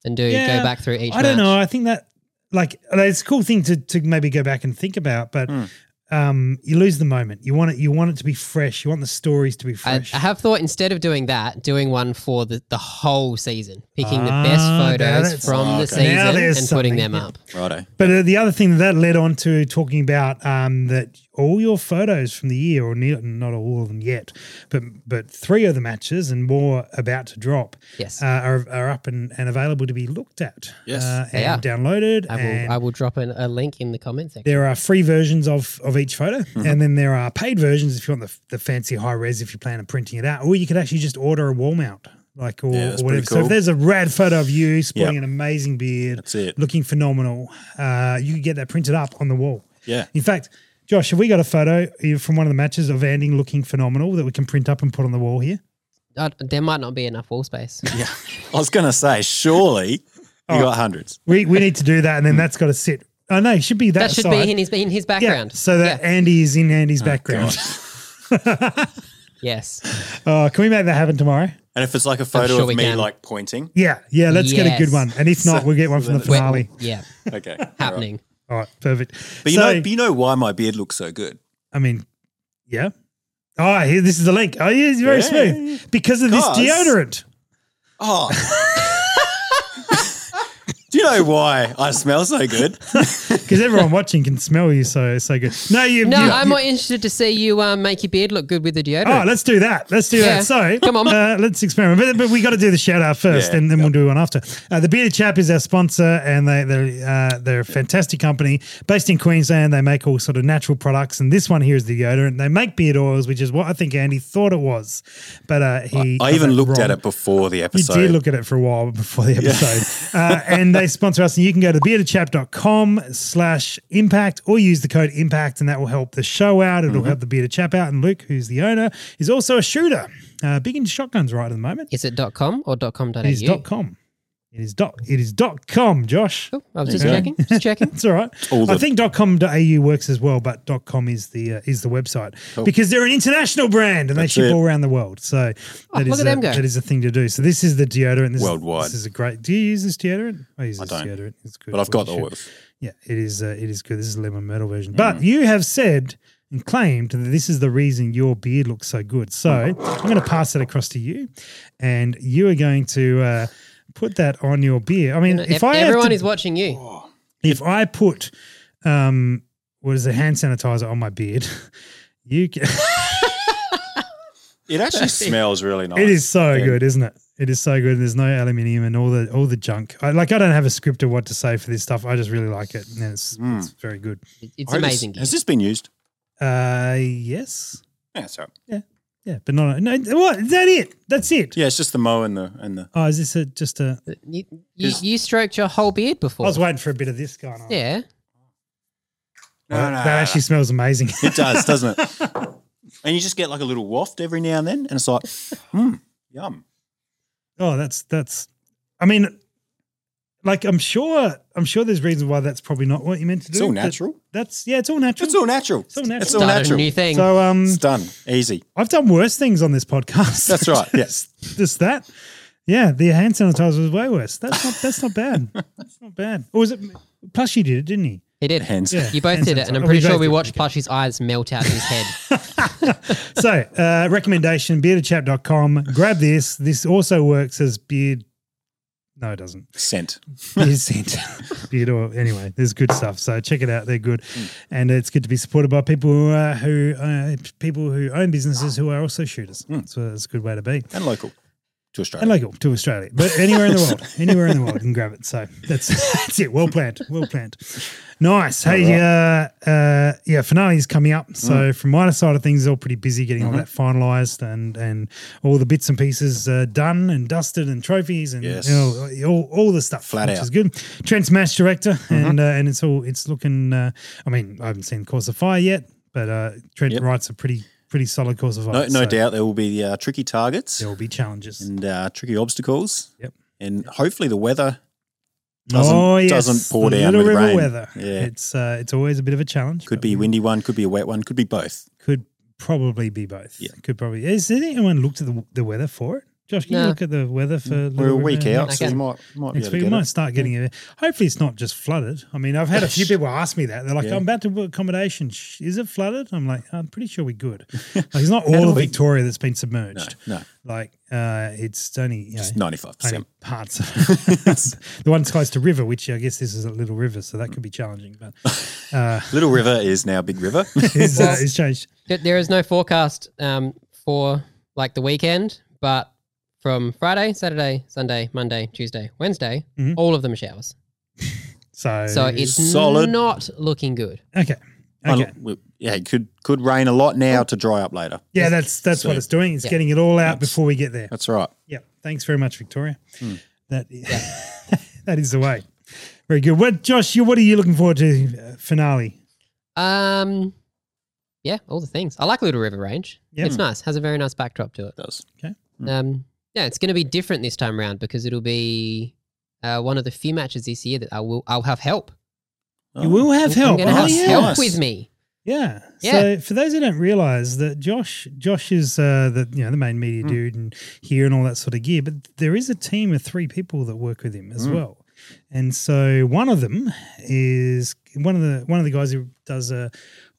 [SPEAKER 4] and do
[SPEAKER 1] Yeah,
[SPEAKER 4] go back through each
[SPEAKER 1] I don't
[SPEAKER 4] match.
[SPEAKER 1] know. I think that like it's a cool thing to to maybe go back and think about, but.
[SPEAKER 2] Hmm.
[SPEAKER 1] Um, you lose the moment. You want it. You want it to be fresh. You want the stories to be
[SPEAKER 4] I,
[SPEAKER 1] fresh.
[SPEAKER 4] I have thought instead of doing that, doing one for the, the whole season, picking the best
[SPEAKER 1] Ah,
[SPEAKER 4] photos
[SPEAKER 1] that's-
[SPEAKER 4] from
[SPEAKER 2] Oh,
[SPEAKER 4] the
[SPEAKER 2] okay.
[SPEAKER 1] Now
[SPEAKER 4] season
[SPEAKER 1] there's
[SPEAKER 4] and putting
[SPEAKER 1] something,
[SPEAKER 4] them
[SPEAKER 1] yeah.
[SPEAKER 4] up.
[SPEAKER 2] Righto.
[SPEAKER 1] But uh, the other thing that, that led on to talking about um, that all your photos from the year, or ne- not all of them yet, but but three of the matches and more about to drop,
[SPEAKER 4] Yes.
[SPEAKER 1] uh, are, are up and, and available to be looked at.
[SPEAKER 2] Yes.
[SPEAKER 1] uh,
[SPEAKER 4] They
[SPEAKER 1] and downloaded.
[SPEAKER 4] I
[SPEAKER 1] and
[SPEAKER 4] will, I will drop an, a link in the comment section.
[SPEAKER 1] there are free versions of of each photo,
[SPEAKER 2] Mm-hmm.
[SPEAKER 1] and then there are paid versions if you want the, the fancy high res if you plan on printing it out, or you could actually just order a wall mount. Like or,
[SPEAKER 2] Yeah, that's
[SPEAKER 1] or
[SPEAKER 2] pretty
[SPEAKER 1] whatever. So if
[SPEAKER 2] cool.
[SPEAKER 1] there's a rad photo of you sporting
[SPEAKER 2] Yeah.
[SPEAKER 1] an amazing beard,
[SPEAKER 2] That's it.
[SPEAKER 1] looking phenomenal, uh, you could get that printed up on the wall.
[SPEAKER 2] Yeah.
[SPEAKER 1] In fact, Josh, have we got a photo from one of the matches of Anding looking phenomenal that we can print up and put on the wall here?
[SPEAKER 4] Uh, there might not be enough
[SPEAKER 1] [laughs]
[SPEAKER 4] wall space.
[SPEAKER 2] Yeah. I was going to say, surely you
[SPEAKER 1] Oh.
[SPEAKER 2] got hundreds.
[SPEAKER 1] We we need to do that, and
[SPEAKER 2] Hmm.
[SPEAKER 1] then that's got to sit. I know it should be that.
[SPEAKER 4] that should
[SPEAKER 1] side.
[SPEAKER 4] be in his in his background.
[SPEAKER 1] Yeah, so that e-
[SPEAKER 4] Yeah.
[SPEAKER 1] Andy is in Andy's
[SPEAKER 2] Oh,
[SPEAKER 1] background.
[SPEAKER 4] yes,
[SPEAKER 1] [laughs] Oh, can we make that happen tomorrow?
[SPEAKER 2] And if it's like a photo
[SPEAKER 4] sure
[SPEAKER 2] of
[SPEAKER 4] we
[SPEAKER 2] me
[SPEAKER 4] can.
[SPEAKER 2] like pointing.
[SPEAKER 1] Yeah, yeah. Let's get a good
[SPEAKER 4] Yes.
[SPEAKER 1] one, and if not, we'll
[SPEAKER 2] [laughs]
[SPEAKER 1] get one from the
[SPEAKER 4] We're-
[SPEAKER 1] finale. [laughs]
[SPEAKER 4] yeah,
[SPEAKER 2] Okay.
[SPEAKER 4] happening.
[SPEAKER 1] All right, perfect.
[SPEAKER 2] But you
[SPEAKER 1] So-
[SPEAKER 2] know but you know why my beard looks so good?
[SPEAKER 1] I mean, yeah. Oh, here, this is the link. Oh, yeah, it's very
[SPEAKER 2] Yeah.
[SPEAKER 1] smooth because of this
[SPEAKER 2] Cause-
[SPEAKER 1] deodorant.
[SPEAKER 2] Oh. Do you know why I smell so good?
[SPEAKER 1] because everyone watching can smell you so so good. No, you.
[SPEAKER 4] No,
[SPEAKER 1] you-
[SPEAKER 4] I'm
[SPEAKER 1] you-
[SPEAKER 4] more interested to see you um, make your beard look good with the
[SPEAKER 1] Oh,
[SPEAKER 4] deodorant.
[SPEAKER 1] let's do that. Let's do
[SPEAKER 4] Yeah.
[SPEAKER 1] that. So,
[SPEAKER 4] Come on.
[SPEAKER 1] Uh, let's experiment. But, but we got to do the shout out first,
[SPEAKER 2] Yeah,
[SPEAKER 1] and then we'll do one after. Uh, the Bearded Chap is our sponsor, and they they're uh, they're a fantastic company based in Queensland. They make all sort of natural products, and this one here is the deodorant. They make beard oils, which is what I think Andy thought it was, but uh, he.
[SPEAKER 2] I
[SPEAKER 1] got
[SPEAKER 2] even
[SPEAKER 1] that
[SPEAKER 2] looked
[SPEAKER 1] wrong.
[SPEAKER 2] at it before the
[SPEAKER 1] You
[SPEAKER 2] episode.
[SPEAKER 1] did look at it for a while before the episode. uh, and they sponsor us, and you can go to beardedchap.com slash impact or use the code impact, and that will help the show out. It'll help the bearded chap out. And Luke, who's the owner, is also a shooter. Uh, big into shotguns right at the moment.
[SPEAKER 4] Is it .com or .com.au?
[SPEAKER 1] It is dot com. It is dot it is dot com, Josh.
[SPEAKER 4] Cool. I was just
[SPEAKER 2] you go.
[SPEAKER 4] checking. Just checking.
[SPEAKER 1] [laughs] It's all right.
[SPEAKER 2] All
[SPEAKER 1] I
[SPEAKER 2] the-
[SPEAKER 1] think .com.au works as well, but .com is the uh, is the website because they're an international brand and they
[SPEAKER 2] That's
[SPEAKER 1] ship
[SPEAKER 2] it.
[SPEAKER 1] all around the world. So
[SPEAKER 4] Oh,
[SPEAKER 1] that is
[SPEAKER 4] look at
[SPEAKER 1] a,
[SPEAKER 4] them go.
[SPEAKER 1] that is a thing to do. So this is the deodorant this
[SPEAKER 2] Worldwide.
[SPEAKER 1] Is, this is a great. Do you use this deodorant? I use this
[SPEAKER 2] don't.
[SPEAKER 1] deodorant. It's good.
[SPEAKER 2] but I've
[SPEAKER 1] for you.
[SPEAKER 2] got the oils.
[SPEAKER 1] Yeah, it is. Uh, it is good. This is a lemon metal version.
[SPEAKER 2] Mm.
[SPEAKER 1] But you have said and claimed that this is the reason your beard looks so good. So
[SPEAKER 2] Mm.
[SPEAKER 1] I'm going to pass that across to you, and you are going to. Uh, Put that on your beard. I mean, if,
[SPEAKER 4] Ev-
[SPEAKER 1] I have
[SPEAKER 4] everyone
[SPEAKER 1] to-
[SPEAKER 4] is watching you.
[SPEAKER 1] if I put um what is it, hand sanitizer on my beard, [laughs] you can, [laughs]
[SPEAKER 2] It actually smells really nice.
[SPEAKER 1] it is so
[SPEAKER 2] Yeah.
[SPEAKER 1] good, isn't it? It is so good. There's no aluminium and all the all the junk. I, like I don't have a script of what to say for this stuff. I just really like it, and it's,
[SPEAKER 2] Mm.
[SPEAKER 1] it's very good.
[SPEAKER 4] It's
[SPEAKER 2] I hope
[SPEAKER 4] amazing.
[SPEAKER 2] Has this been used?
[SPEAKER 1] Uh, yes,
[SPEAKER 2] Yeah, sorry.
[SPEAKER 1] yeah, but not no. What is that? It that's it.
[SPEAKER 2] Yeah, it's just the mo and the and the.
[SPEAKER 1] Oh, is this a, just a?
[SPEAKER 4] You, you, you stroked your whole beard
[SPEAKER 1] I
[SPEAKER 4] before.
[SPEAKER 1] was waiting for a bit of this going on.
[SPEAKER 4] yeah.
[SPEAKER 1] Oh, that actually smells
[SPEAKER 2] [laughs]
[SPEAKER 1] amazing.
[SPEAKER 2] It does, doesn't
[SPEAKER 1] [laughs]
[SPEAKER 2] it? And you just get like a little waft every now and then, and
[SPEAKER 1] [laughs]
[SPEAKER 2] it's like, hmm, yum.
[SPEAKER 1] Oh, that's that's. I mean, like I'm sure I'm sure there's reasons why that's probably not what you meant to do.
[SPEAKER 2] It's all
[SPEAKER 1] but
[SPEAKER 2] natural.
[SPEAKER 1] That's yeah, it's all natural.
[SPEAKER 2] It's all natural.
[SPEAKER 1] It's all natural.
[SPEAKER 2] It's all
[SPEAKER 4] Started a
[SPEAKER 2] natural.
[SPEAKER 4] new thing.
[SPEAKER 1] so um,
[SPEAKER 2] It's done. Easy.
[SPEAKER 1] I've done worse things on this podcast. [laughs]
[SPEAKER 2] That's right, yeah.
[SPEAKER 1] Yes, just that. Yeah, the hand sanitizer was way worse. That's not that's not
[SPEAKER 2] [laughs]
[SPEAKER 1] bad. that's not bad. Or was it? Plus, you did it, didn't you?
[SPEAKER 4] he did.
[SPEAKER 2] Hands.
[SPEAKER 1] Yeah.
[SPEAKER 4] You both
[SPEAKER 1] Hands
[SPEAKER 4] did
[SPEAKER 1] up.
[SPEAKER 4] it, and I'm
[SPEAKER 1] Oh,
[SPEAKER 4] pretty
[SPEAKER 1] we
[SPEAKER 4] sure
[SPEAKER 1] both
[SPEAKER 4] we
[SPEAKER 1] did.
[SPEAKER 4] watched Plushy's eyes melt out of his
[SPEAKER 1] [laughs]
[SPEAKER 4] head.
[SPEAKER 1] so, uh, recommendation beardedchap.com. Grab this. This also works as beard. No, it
[SPEAKER 2] [laughs]
[SPEAKER 1] doesn't.
[SPEAKER 2] Scent.
[SPEAKER 1] beer scent, beer oil. Anyway, there's good stuff. So check it out; they're good,
[SPEAKER 2] Mm.
[SPEAKER 1] and it's good to be supported by people who uh, who uh, people who own
[SPEAKER 2] Ah.
[SPEAKER 1] businesses who are also shooters.
[SPEAKER 2] Mm.
[SPEAKER 1] So it's a good way to be.
[SPEAKER 2] and local to Australia.
[SPEAKER 1] And local to Australia, but anywhere in the world,
[SPEAKER 2] [laughs]
[SPEAKER 1] anywhere in the world can grab it. So that's [laughs] that's it. Well planned, well planned. Nice. Hey, uh, uh, yeah, finale is coming up. So
[SPEAKER 2] Mm.
[SPEAKER 1] from my side of things, all pretty busy getting
[SPEAKER 2] Mm-hmm.
[SPEAKER 1] all that finalised and and all the bits and pieces uh, done and dusted and trophies and you
[SPEAKER 2] Yes.
[SPEAKER 1] know, all, all the stuff.
[SPEAKER 2] Flat
[SPEAKER 1] which
[SPEAKER 2] out. Mm-hmm.
[SPEAKER 1] is good. Trent's match director, and uh, and it's all it's looking. Uh, I mean, I haven't seen Course of Fire yet, but uh, Trent
[SPEAKER 2] Yep.
[SPEAKER 1] writes a pretty pretty solid Course of Fire.
[SPEAKER 2] no, no
[SPEAKER 1] so
[SPEAKER 2] doubt there will be uh, tricky targets
[SPEAKER 1] there will be challenges.
[SPEAKER 2] and uh, tricky obstacles.
[SPEAKER 1] Yep.
[SPEAKER 2] And hopefully the weather doesn't- doesn't pour
[SPEAKER 1] Oh, the
[SPEAKER 2] down
[SPEAKER 1] Little
[SPEAKER 2] with
[SPEAKER 1] River
[SPEAKER 2] rain.
[SPEAKER 1] weather.
[SPEAKER 2] Yeah.
[SPEAKER 1] It's uh, it's always a bit of a challenge.
[SPEAKER 2] could
[SPEAKER 1] but
[SPEAKER 2] be a windy one, could be a wet one, could be both.
[SPEAKER 1] could probably be both.
[SPEAKER 2] Yeah.
[SPEAKER 1] Could probably. Has anyone looked at the, the weather for it? Josh, can you
[SPEAKER 4] No.
[SPEAKER 1] look at the weather for
[SPEAKER 2] Mm. We're a
[SPEAKER 1] Little
[SPEAKER 2] week
[SPEAKER 1] River
[SPEAKER 2] out, so
[SPEAKER 4] Okay.
[SPEAKER 2] we might might be
[SPEAKER 1] Next
[SPEAKER 2] able to
[SPEAKER 1] week, we
[SPEAKER 2] get
[SPEAKER 1] might
[SPEAKER 2] it.
[SPEAKER 1] start getting it. Hopefully, it's not just flooded. I mean, I've had a
[SPEAKER 2] [laughs]
[SPEAKER 1] few people ask me that. They're like,
[SPEAKER 2] Yeah.
[SPEAKER 1] "I'm about to book accommodation. Sh- Is it flooded?" I'm like, "I'm pretty sure we're
[SPEAKER 2] [laughs]
[SPEAKER 1] good." Like, it's not all
[SPEAKER 2] That'll
[SPEAKER 1] of
[SPEAKER 2] be-
[SPEAKER 1] Victoria that's been
[SPEAKER 2] No,
[SPEAKER 1] submerged.
[SPEAKER 2] no,
[SPEAKER 1] Like, uh, it's only you know,
[SPEAKER 2] just ninety five
[SPEAKER 1] only
[SPEAKER 2] percent.
[SPEAKER 1] parts. [laughs] the one's close to river, which I guess this is a little river, so that could be challenging. But [laughs] uh,
[SPEAKER 2] Little River [laughs] is now Big River.
[SPEAKER 1] it's, uh, it's changed.
[SPEAKER 4] There- there is no forecast um, for like the weekend, but from Friday, Saturday, Sunday, Monday, Tuesday, Wednesday,
[SPEAKER 1] Mhm.
[SPEAKER 4] all of them are showers.
[SPEAKER 1] So,
[SPEAKER 4] So it's
[SPEAKER 2] Solid.
[SPEAKER 4] not looking good.
[SPEAKER 1] okay. Okay.
[SPEAKER 2] Well, we- Yeah, it could could rain a lot now to dry up later.
[SPEAKER 1] Yeah, that's that's what
[SPEAKER 2] So-
[SPEAKER 1] it's doing. It's
[SPEAKER 4] Yeah.
[SPEAKER 1] getting it all out before we get there.
[SPEAKER 2] That's right.
[SPEAKER 1] Yeah. Thanks very much, Victoria. That [laughs] that is the way. Very good. What, Josh? You, what are you looking forward to? Uh, finale.
[SPEAKER 4] Um, yeah, all the things. I like Little River Range.
[SPEAKER 1] Yeah.
[SPEAKER 4] It's nice. Has a very nice backdrop to it.
[SPEAKER 2] It does.
[SPEAKER 1] Mm.
[SPEAKER 4] Um, yeah, it's going to be different this time round because it'll be uh, one of the few matches this year that I will I'll have help.
[SPEAKER 1] You will have help.
[SPEAKER 4] I'm going to
[SPEAKER 1] Oh,
[SPEAKER 4] have
[SPEAKER 1] yeah.
[SPEAKER 4] help
[SPEAKER 2] Nice.
[SPEAKER 4] with me.
[SPEAKER 1] Yeah. So
[SPEAKER 4] Yeah.
[SPEAKER 1] for those who don't realize that Josh Josh is uh, the you know the main media
[SPEAKER 4] Hmm.
[SPEAKER 2] Mm.
[SPEAKER 1] dude and here and all that sort of gear, but there is a team of three people that work with him as
[SPEAKER 4] Hmm.
[SPEAKER 2] Mm.
[SPEAKER 1] well. And so one of them is one of the one of the guys who does a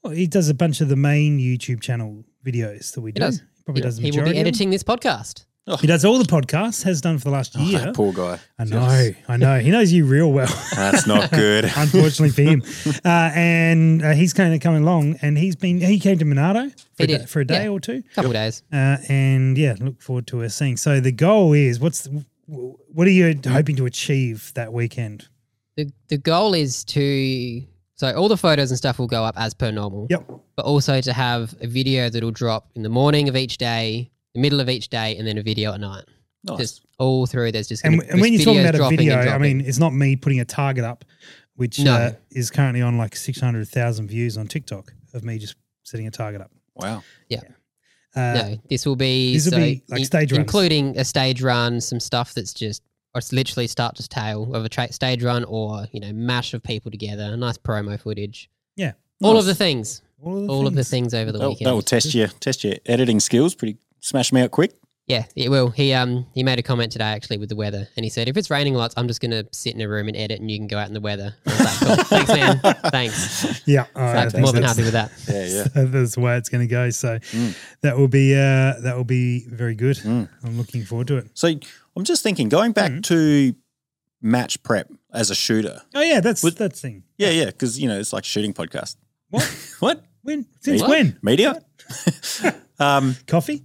[SPEAKER 1] well, he does a bunch of the main YouTube channel videos that we do.
[SPEAKER 4] does.
[SPEAKER 1] Probably does the
[SPEAKER 4] he will be
[SPEAKER 1] majority of them.
[SPEAKER 4] editing this podcast.
[SPEAKER 2] Oh.
[SPEAKER 1] He does all the podcasts, has done for the last
[SPEAKER 2] Oh,
[SPEAKER 1] year.
[SPEAKER 2] that poor guy.
[SPEAKER 1] I know, I know. He knows you real well. [laughs]
[SPEAKER 2] That's not [laughs] good.
[SPEAKER 1] Unfortunately for him,
[SPEAKER 4] [laughs]
[SPEAKER 1] uh, and uh, he's kind of coming along, and he's been he came to Monado for,
[SPEAKER 4] He
[SPEAKER 1] a, da-
[SPEAKER 4] did,
[SPEAKER 1] for a day
[SPEAKER 4] yeah.
[SPEAKER 1] or two,
[SPEAKER 4] couple days.
[SPEAKER 1] uh, and yeah, look forward to us seeing. So the goal is what's the, what are you hoping to achieve that weekend?
[SPEAKER 4] The the goal is to so all the photos and stuff will go up as per normal.
[SPEAKER 1] Yep,
[SPEAKER 4] But also to have a video that'll drop in the morning of each day, the middle of each day, and then a video at night.
[SPEAKER 2] Nice.
[SPEAKER 4] Just all through. There's just
[SPEAKER 1] and,
[SPEAKER 4] gonna-
[SPEAKER 1] and when you're
[SPEAKER 4] there's
[SPEAKER 1] talking
[SPEAKER 4] videos
[SPEAKER 1] about a
[SPEAKER 4] dropping and
[SPEAKER 1] video, I
[SPEAKER 4] dropping.
[SPEAKER 1] mean, it's not me putting a target up, which
[SPEAKER 4] No.
[SPEAKER 1] uh, is currently on like six hundred thousand views on TikTok of me just setting a target up.
[SPEAKER 2] wow.
[SPEAKER 1] Uh,
[SPEAKER 4] no, this will be
[SPEAKER 1] These will
[SPEAKER 4] so
[SPEAKER 1] be, like,
[SPEAKER 4] in-
[SPEAKER 1] stage runs.
[SPEAKER 4] including a stage run, some stuff that's just or it's literally start to tail of a tra- stage run, or you know, mash of people together, nice promo footage,
[SPEAKER 1] Yeah.
[SPEAKER 4] all of the things,
[SPEAKER 1] All of the
[SPEAKER 4] all of the
[SPEAKER 1] things.
[SPEAKER 4] things over the
[SPEAKER 2] That
[SPEAKER 4] weekend.
[SPEAKER 2] will test your test your editing skills. Pretty smash me out quick.
[SPEAKER 4] [laughs] Yeah, it will. He um he made a comment today actually with the weather, and he said if it's raining lots, I'm just gonna sit in a room and edit, and you can go out in the weather. I was
[SPEAKER 1] [laughs]
[SPEAKER 4] like, cool. Thanks, man. Thanks.
[SPEAKER 1] Yeah, all right,
[SPEAKER 4] Like, more than
[SPEAKER 1] that's-
[SPEAKER 4] happy with that.
[SPEAKER 2] Yeah, yeah. Mm.
[SPEAKER 1] So [laughs] that's the way it's going to go. So that will be uh, that will be very good. I'm looking forward to it.
[SPEAKER 2] So I'm just thinking, going back
[SPEAKER 1] Mm-hmm.
[SPEAKER 2] to match prep as a shooter.
[SPEAKER 1] Oh yeah, that's
[SPEAKER 2] Would-
[SPEAKER 1] that thing.
[SPEAKER 2] Yeah, yeah, because you know it's like shooting podcast.
[SPEAKER 1] What?
[SPEAKER 2] [laughs] What
[SPEAKER 1] When? Since
[SPEAKER 4] What?
[SPEAKER 1] when?
[SPEAKER 2] media? [laughs] um,
[SPEAKER 1] Coffee?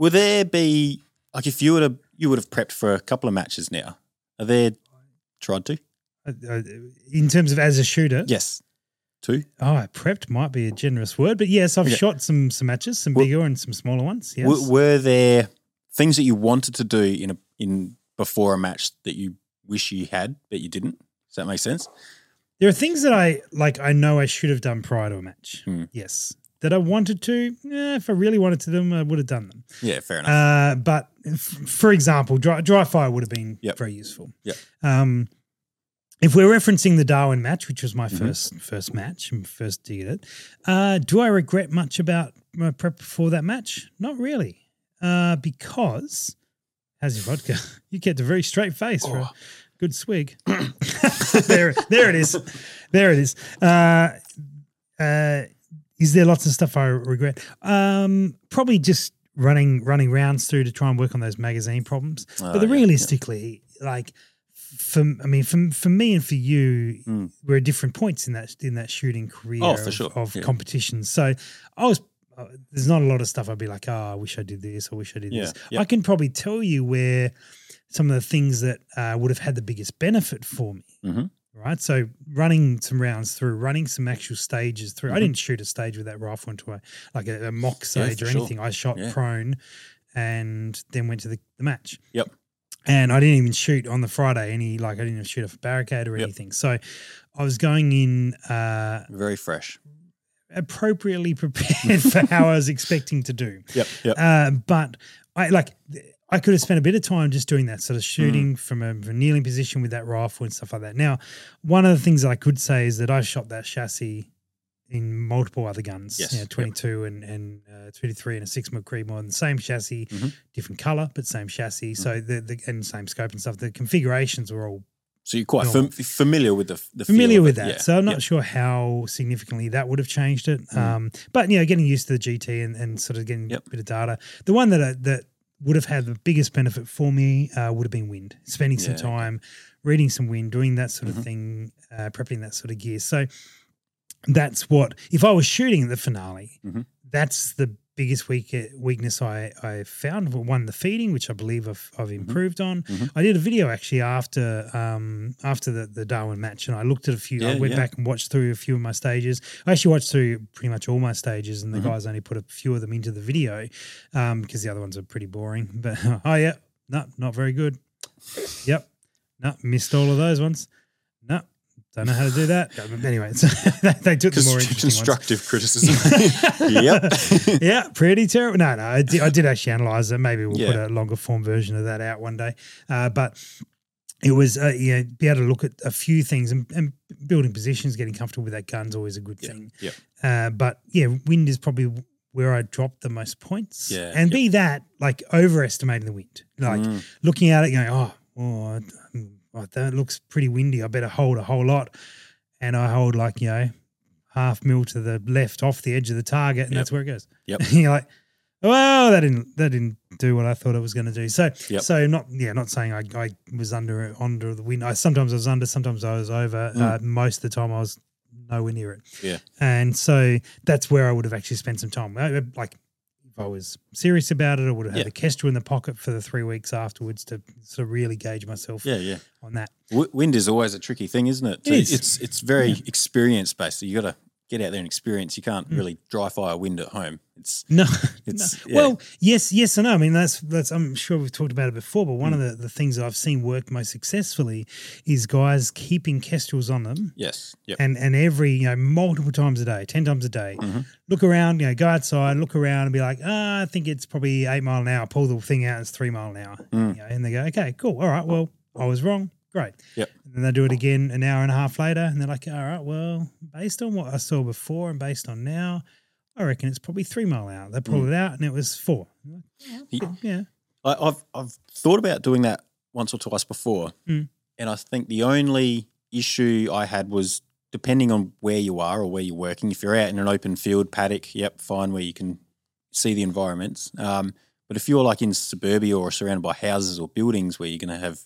[SPEAKER 2] will there be like if you would have you would have prepped for a couple of matches now? Are there tried to?
[SPEAKER 1] Uh, uh, In terms of as a shooter,
[SPEAKER 2] Yes, two.
[SPEAKER 1] Oh, I prepped might be a generous word, but yes, I've
[SPEAKER 2] Okay.
[SPEAKER 1] shot some some matches, some
[SPEAKER 2] Well-
[SPEAKER 1] bigger and some smaller ones. Yes.
[SPEAKER 2] W- were there things that you wanted to do in a in before a match that you wish you had but you didn't? Does that make sense?
[SPEAKER 1] There are things that I like. I know I should have done prior to a match.
[SPEAKER 2] Hmm.
[SPEAKER 1] Yes, that I wanted to. eh, if I really wanted to them, I would have done them.
[SPEAKER 2] Yeah, fair enough.
[SPEAKER 1] Uh, but f- for example, dry, dry fire would have been
[SPEAKER 2] Yep.
[SPEAKER 1] very useful.
[SPEAKER 2] Yep.
[SPEAKER 1] Um, if we're referencing the Darwin match, which was my
[SPEAKER 2] Mhm.
[SPEAKER 1] first first match and first dig at it, uh, do I regret much about my prep before that match? Not really, uh, because how's your vodka? [laughs] You kept a very straight face
[SPEAKER 2] Oh,
[SPEAKER 1] for a good swig. [coughs] there, there it is. There it is. Uh, uh, is there lots of stuff I regret? Um, probably just running running rounds through to try and work on those magazine problems.
[SPEAKER 2] Oh,
[SPEAKER 1] but the
[SPEAKER 2] yeah,
[SPEAKER 1] realistically, like for I mean, for, for me and for you,
[SPEAKER 2] Mm.
[SPEAKER 1] we're at different points in that in that shooting career
[SPEAKER 2] Oh, for
[SPEAKER 1] of,
[SPEAKER 2] sure,
[SPEAKER 1] of
[SPEAKER 2] yeah.
[SPEAKER 1] competitions. So I was. Uh, there's not a lot of stuff I'd be like, oh, I wish I did this. I wish I did
[SPEAKER 2] Yeah,
[SPEAKER 1] this.
[SPEAKER 2] yeah.
[SPEAKER 1] I can probably tell you where some of the things that uh, would have had the biggest benefit for me.
[SPEAKER 2] Mhm.
[SPEAKER 1] Right. So running some rounds through, running some actual stages through. I
[SPEAKER 2] Mhm.
[SPEAKER 1] didn't shoot a stage with that rifle into a like a, a mock stage
[SPEAKER 2] for
[SPEAKER 1] or
[SPEAKER 2] sure.
[SPEAKER 1] anything. I shot
[SPEAKER 2] Yeah.
[SPEAKER 1] prone and then went to the, the match.
[SPEAKER 2] Yep.
[SPEAKER 1] And I didn't even shoot on the Friday any like I didn't even shoot off a barricade or
[SPEAKER 2] Yep.
[SPEAKER 1] anything. So I was going in uh
[SPEAKER 2] Very fresh.
[SPEAKER 1] appropriately [laughs] prepared for how I was expecting to do.
[SPEAKER 2] Yep, yep.
[SPEAKER 1] Uh, but I like th- I could have spent a bit of time just doing that sort of shooting
[SPEAKER 2] Mm.
[SPEAKER 1] from, a, from a kneeling position with that rifle and stuff like that. Now, one of the things that I could say is that I shot that chassis in multiple other guns,
[SPEAKER 2] Yes,
[SPEAKER 1] you know,
[SPEAKER 2] yep.
[SPEAKER 1] 22 and and uh, 23 and a six McCreedmore, and the same chassis,
[SPEAKER 2] Mhm.
[SPEAKER 1] different color, but same chassis.
[SPEAKER 2] Mm-hmm.
[SPEAKER 1] So the, the and same scope and stuff. The configurations were all
[SPEAKER 2] So you're quite
[SPEAKER 1] No.
[SPEAKER 2] fam- familiar with the f- the feel
[SPEAKER 1] familiar
[SPEAKER 2] of
[SPEAKER 1] with
[SPEAKER 2] it,
[SPEAKER 1] that.
[SPEAKER 2] yeah,
[SPEAKER 1] So I'm not
[SPEAKER 2] yeah. Mm.
[SPEAKER 1] sure how significantly that would have changed it. Um, but you know, getting used to the GT and, and sort of getting
[SPEAKER 2] Yep.
[SPEAKER 1] a bit of data. The one that I, that would have had the biggest benefit for me uh, would have been wind. Spending some
[SPEAKER 2] Yeah, okay. Mm-hmm.
[SPEAKER 1] time reading some wind, doing that sort of thing, uh, prepping that sort of gear. So that's what if I was shooting at the finale,
[SPEAKER 2] Mhm.
[SPEAKER 1] that's the biggest weak, weakness I, I found. Well, One, the feeding, which I believe I've, I've improved on.
[SPEAKER 2] Mhm.
[SPEAKER 1] I did a video actually after um, after the, the Darwin match, and I looked at a few. I
[SPEAKER 2] Yeah,
[SPEAKER 1] went
[SPEAKER 2] yeah.
[SPEAKER 1] back and watched through a few of my stages. I actually watched through pretty much all my stages, and the
[SPEAKER 2] Mhm.
[SPEAKER 1] guys only put a few of them into the video because the other ones are pretty boring. [laughs] But oh yeah, no, not very good. Yep, no, missed all of those ones. No, don't know how to do that.
[SPEAKER 2] [laughs]
[SPEAKER 1] anyway, [laughs] so they took the more
[SPEAKER 2] Const-
[SPEAKER 1] interesting ones
[SPEAKER 2] constructive
[SPEAKER 1] [laughs]
[SPEAKER 2] criticism. [laughs] yep.
[SPEAKER 1] yeah, pretty terrible. No, no, I did, I did actually analyze it. Maybe we'll
[SPEAKER 2] Yeah.
[SPEAKER 1] put a longer form version of that out one day. Uh, but it was, uh, you know, be able to look at a few things and, and building positions, getting comfortable with that gun's always a good thing.
[SPEAKER 2] yep.
[SPEAKER 1] Uh, but yeah, wind is probably where I dropped the most points.
[SPEAKER 2] Yeah,
[SPEAKER 1] And be that like overestimating the wind, [laughs] like
[SPEAKER 2] Mm.
[SPEAKER 1] looking at it, going, oh, oh, mm, oh, that looks pretty windy. I better hold a whole lot. And I hold like, you know, half mil to the left off the edge of the target, and
[SPEAKER 2] Yep.
[SPEAKER 1] that's where it goes.
[SPEAKER 2] Yep.
[SPEAKER 1] And [laughs] you're like, Well, that didn't that didn't do what I thought it was going to do. So
[SPEAKER 2] Yep.
[SPEAKER 1] so not yeah, not saying I, I was under under the wind. I sometimes I was under, sometimes I was over. Uh, most of the time I was nowhere near it.
[SPEAKER 2] Mm. Yeah.
[SPEAKER 1] and so that's where I would have actually spent some time. I- Like if I was serious about it, I would have had a
[SPEAKER 2] Yeah.
[SPEAKER 1] Kestrel in the pocket for the three weeks afterwards to sort of really gauge myself
[SPEAKER 2] Yeah, yeah.
[SPEAKER 1] on that.
[SPEAKER 2] W- wind is always a tricky thing, isn't it?
[SPEAKER 1] It is.
[SPEAKER 2] It's it's very experience based. So you got to get out there and experience. You can't really dry fire wind at home. It's
[SPEAKER 1] Mm. No, [laughs]
[SPEAKER 2] It's-
[SPEAKER 1] no.
[SPEAKER 2] yeah.
[SPEAKER 1] well, yes, yes, and no. I mean, that's that's. I'm sure we've talked about it before, but one of the, the things that I've seen work most successfully is guys keeping kestrels on them,
[SPEAKER 2] yes, yep,
[SPEAKER 1] and and every you know multiple times a day, ten times a day,
[SPEAKER 2] Mm-hmm.
[SPEAKER 1] look around, you know, go outside, look around, and be like, ah, I think it's probably eight mile an hour. Pull the thing out, it's three mile an hour,
[SPEAKER 2] Mm.
[SPEAKER 1] you know, and they go, okay, cool, all right, well, I was wrong, great.
[SPEAKER 2] Yep.
[SPEAKER 1] And then they do it again an hour and a half later, and they're like, all right, well, based on what I saw before and based on now. I reckon it's probably three mile an hour. They
[SPEAKER 2] Mm.
[SPEAKER 1] pulled it out and it was four.
[SPEAKER 2] You-
[SPEAKER 1] Yeah.
[SPEAKER 2] I, I've I've thought about doing that once or twice before,
[SPEAKER 1] Mm.
[SPEAKER 2] and I think the only issue I had was depending on where you are or where you're working. If you're out in an open field paddock, yep, fine, where you can see the environments. Um, but if you're like in suburbia or surrounded by houses or buildings where you're going to have,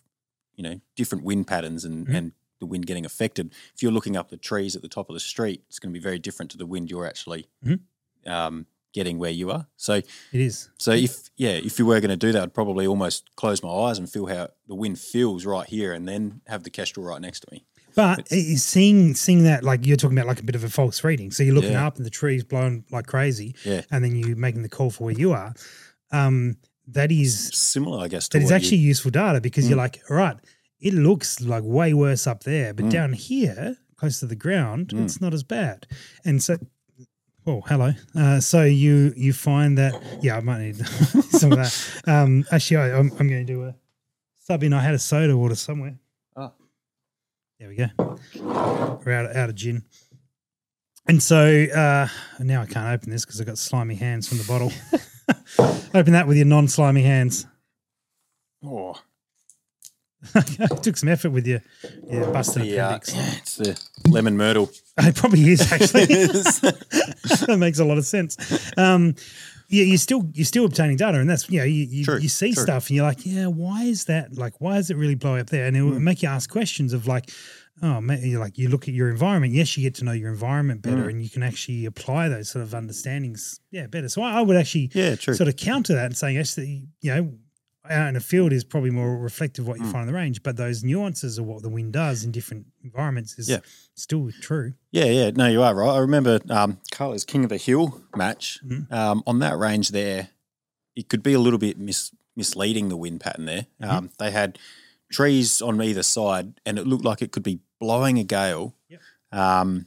[SPEAKER 2] you know, different wind patterns and
[SPEAKER 1] Mhm.
[SPEAKER 2] and the wind getting affected. If you're looking up the trees at the top of the street, it's going to be very different to the wind you're actually
[SPEAKER 1] Mhm.
[SPEAKER 2] um, getting where you are. So
[SPEAKER 1] It is.
[SPEAKER 2] so if yeah, if you were going to do that, I'd probably almost close my eyes and feel how the wind feels right here, and then have the kestrel right next to me.
[SPEAKER 1] But it is seeing seeing that like you're talking about like a bit of a false reading. So you're looking
[SPEAKER 2] Yeah.
[SPEAKER 1] up and the tree's blowing like crazy
[SPEAKER 2] Yeah,
[SPEAKER 1] and then you making the call for where you are. Um that is
[SPEAKER 2] similar, I guess. To
[SPEAKER 1] that is
[SPEAKER 2] what you- Mm.
[SPEAKER 1] actually useful data because you're like, all right, it looks like way worse up there, but
[SPEAKER 2] Mm.
[SPEAKER 1] down here, close to the ground,
[SPEAKER 2] Mm.
[SPEAKER 1] it's not as bad. And so Oh, hello. Uh, so you you find that yeah, I might need [laughs] some of that. Um, actually, I, I'm, I'm going to do a sub in. I had a soda water somewhere.
[SPEAKER 2] Ah.
[SPEAKER 1] There we go. We're out, out of gin. And so uh, now I can't open this because I've got slimy hands from the bottle. [laughs] open that with your non slimy hands.
[SPEAKER 2] oh,
[SPEAKER 1] [laughs] Took some effort with your, your busted
[SPEAKER 2] the, uh,
[SPEAKER 1] appendix. [laughs]
[SPEAKER 2] it's the lemon myrtle. [laughs]
[SPEAKER 1] It probably is actually. [laughs]
[SPEAKER 2] yeah,
[SPEAKER 1] that makes a lot of sense. Um, yeah, you're still you're still obtaining data, and that's you know you you,
[SPEAKER 2] True,
[SPEAKER 1] you see
[SPEAKER 2] true.
[SPEAKER 1] stuff, and you're like, yeah, why is that? Like, why is it really blowing up there? And it will
[SPEAKER 2] Mm.
[SPEAKER 1] make you ask questions of like, oh, ma- you like you look at your environment. Yes, you get to know your environment
[SPEAKER 2] Mm.
[SPEAKER 1] better, and you can actually apply those sort of understandings, yeah, better. So I, I would actually
[SPEAKER 2] true.
[SPEAKER 1] sort of counter that and saying actually, you know. Out in a field is probably more reflective of what you
[SPEAKER 2] Hmm.
[SPEAKER 1] find on the range, but those nuances of what the wind does in different environments is
[SPEAKER 2] Yeah.
[SPEAKER 1] still true.
[SPEAKER 2] Yeah, yeah. No, you are right. I remember um, Carla's King of the Hill match
[SPEAKER 1] Mhm.
[SPEAKER 2] um, on that range there. It could be a little bit mis- misleading the wind pattern there.
[SPEAKER 1] Mm-hmm.
[SPEAKER 2] Um, they had trees on either side, and it looked like it could be blowing a gale.
[SPEAKER 1] Yep.
[SPEAKER 2] Um,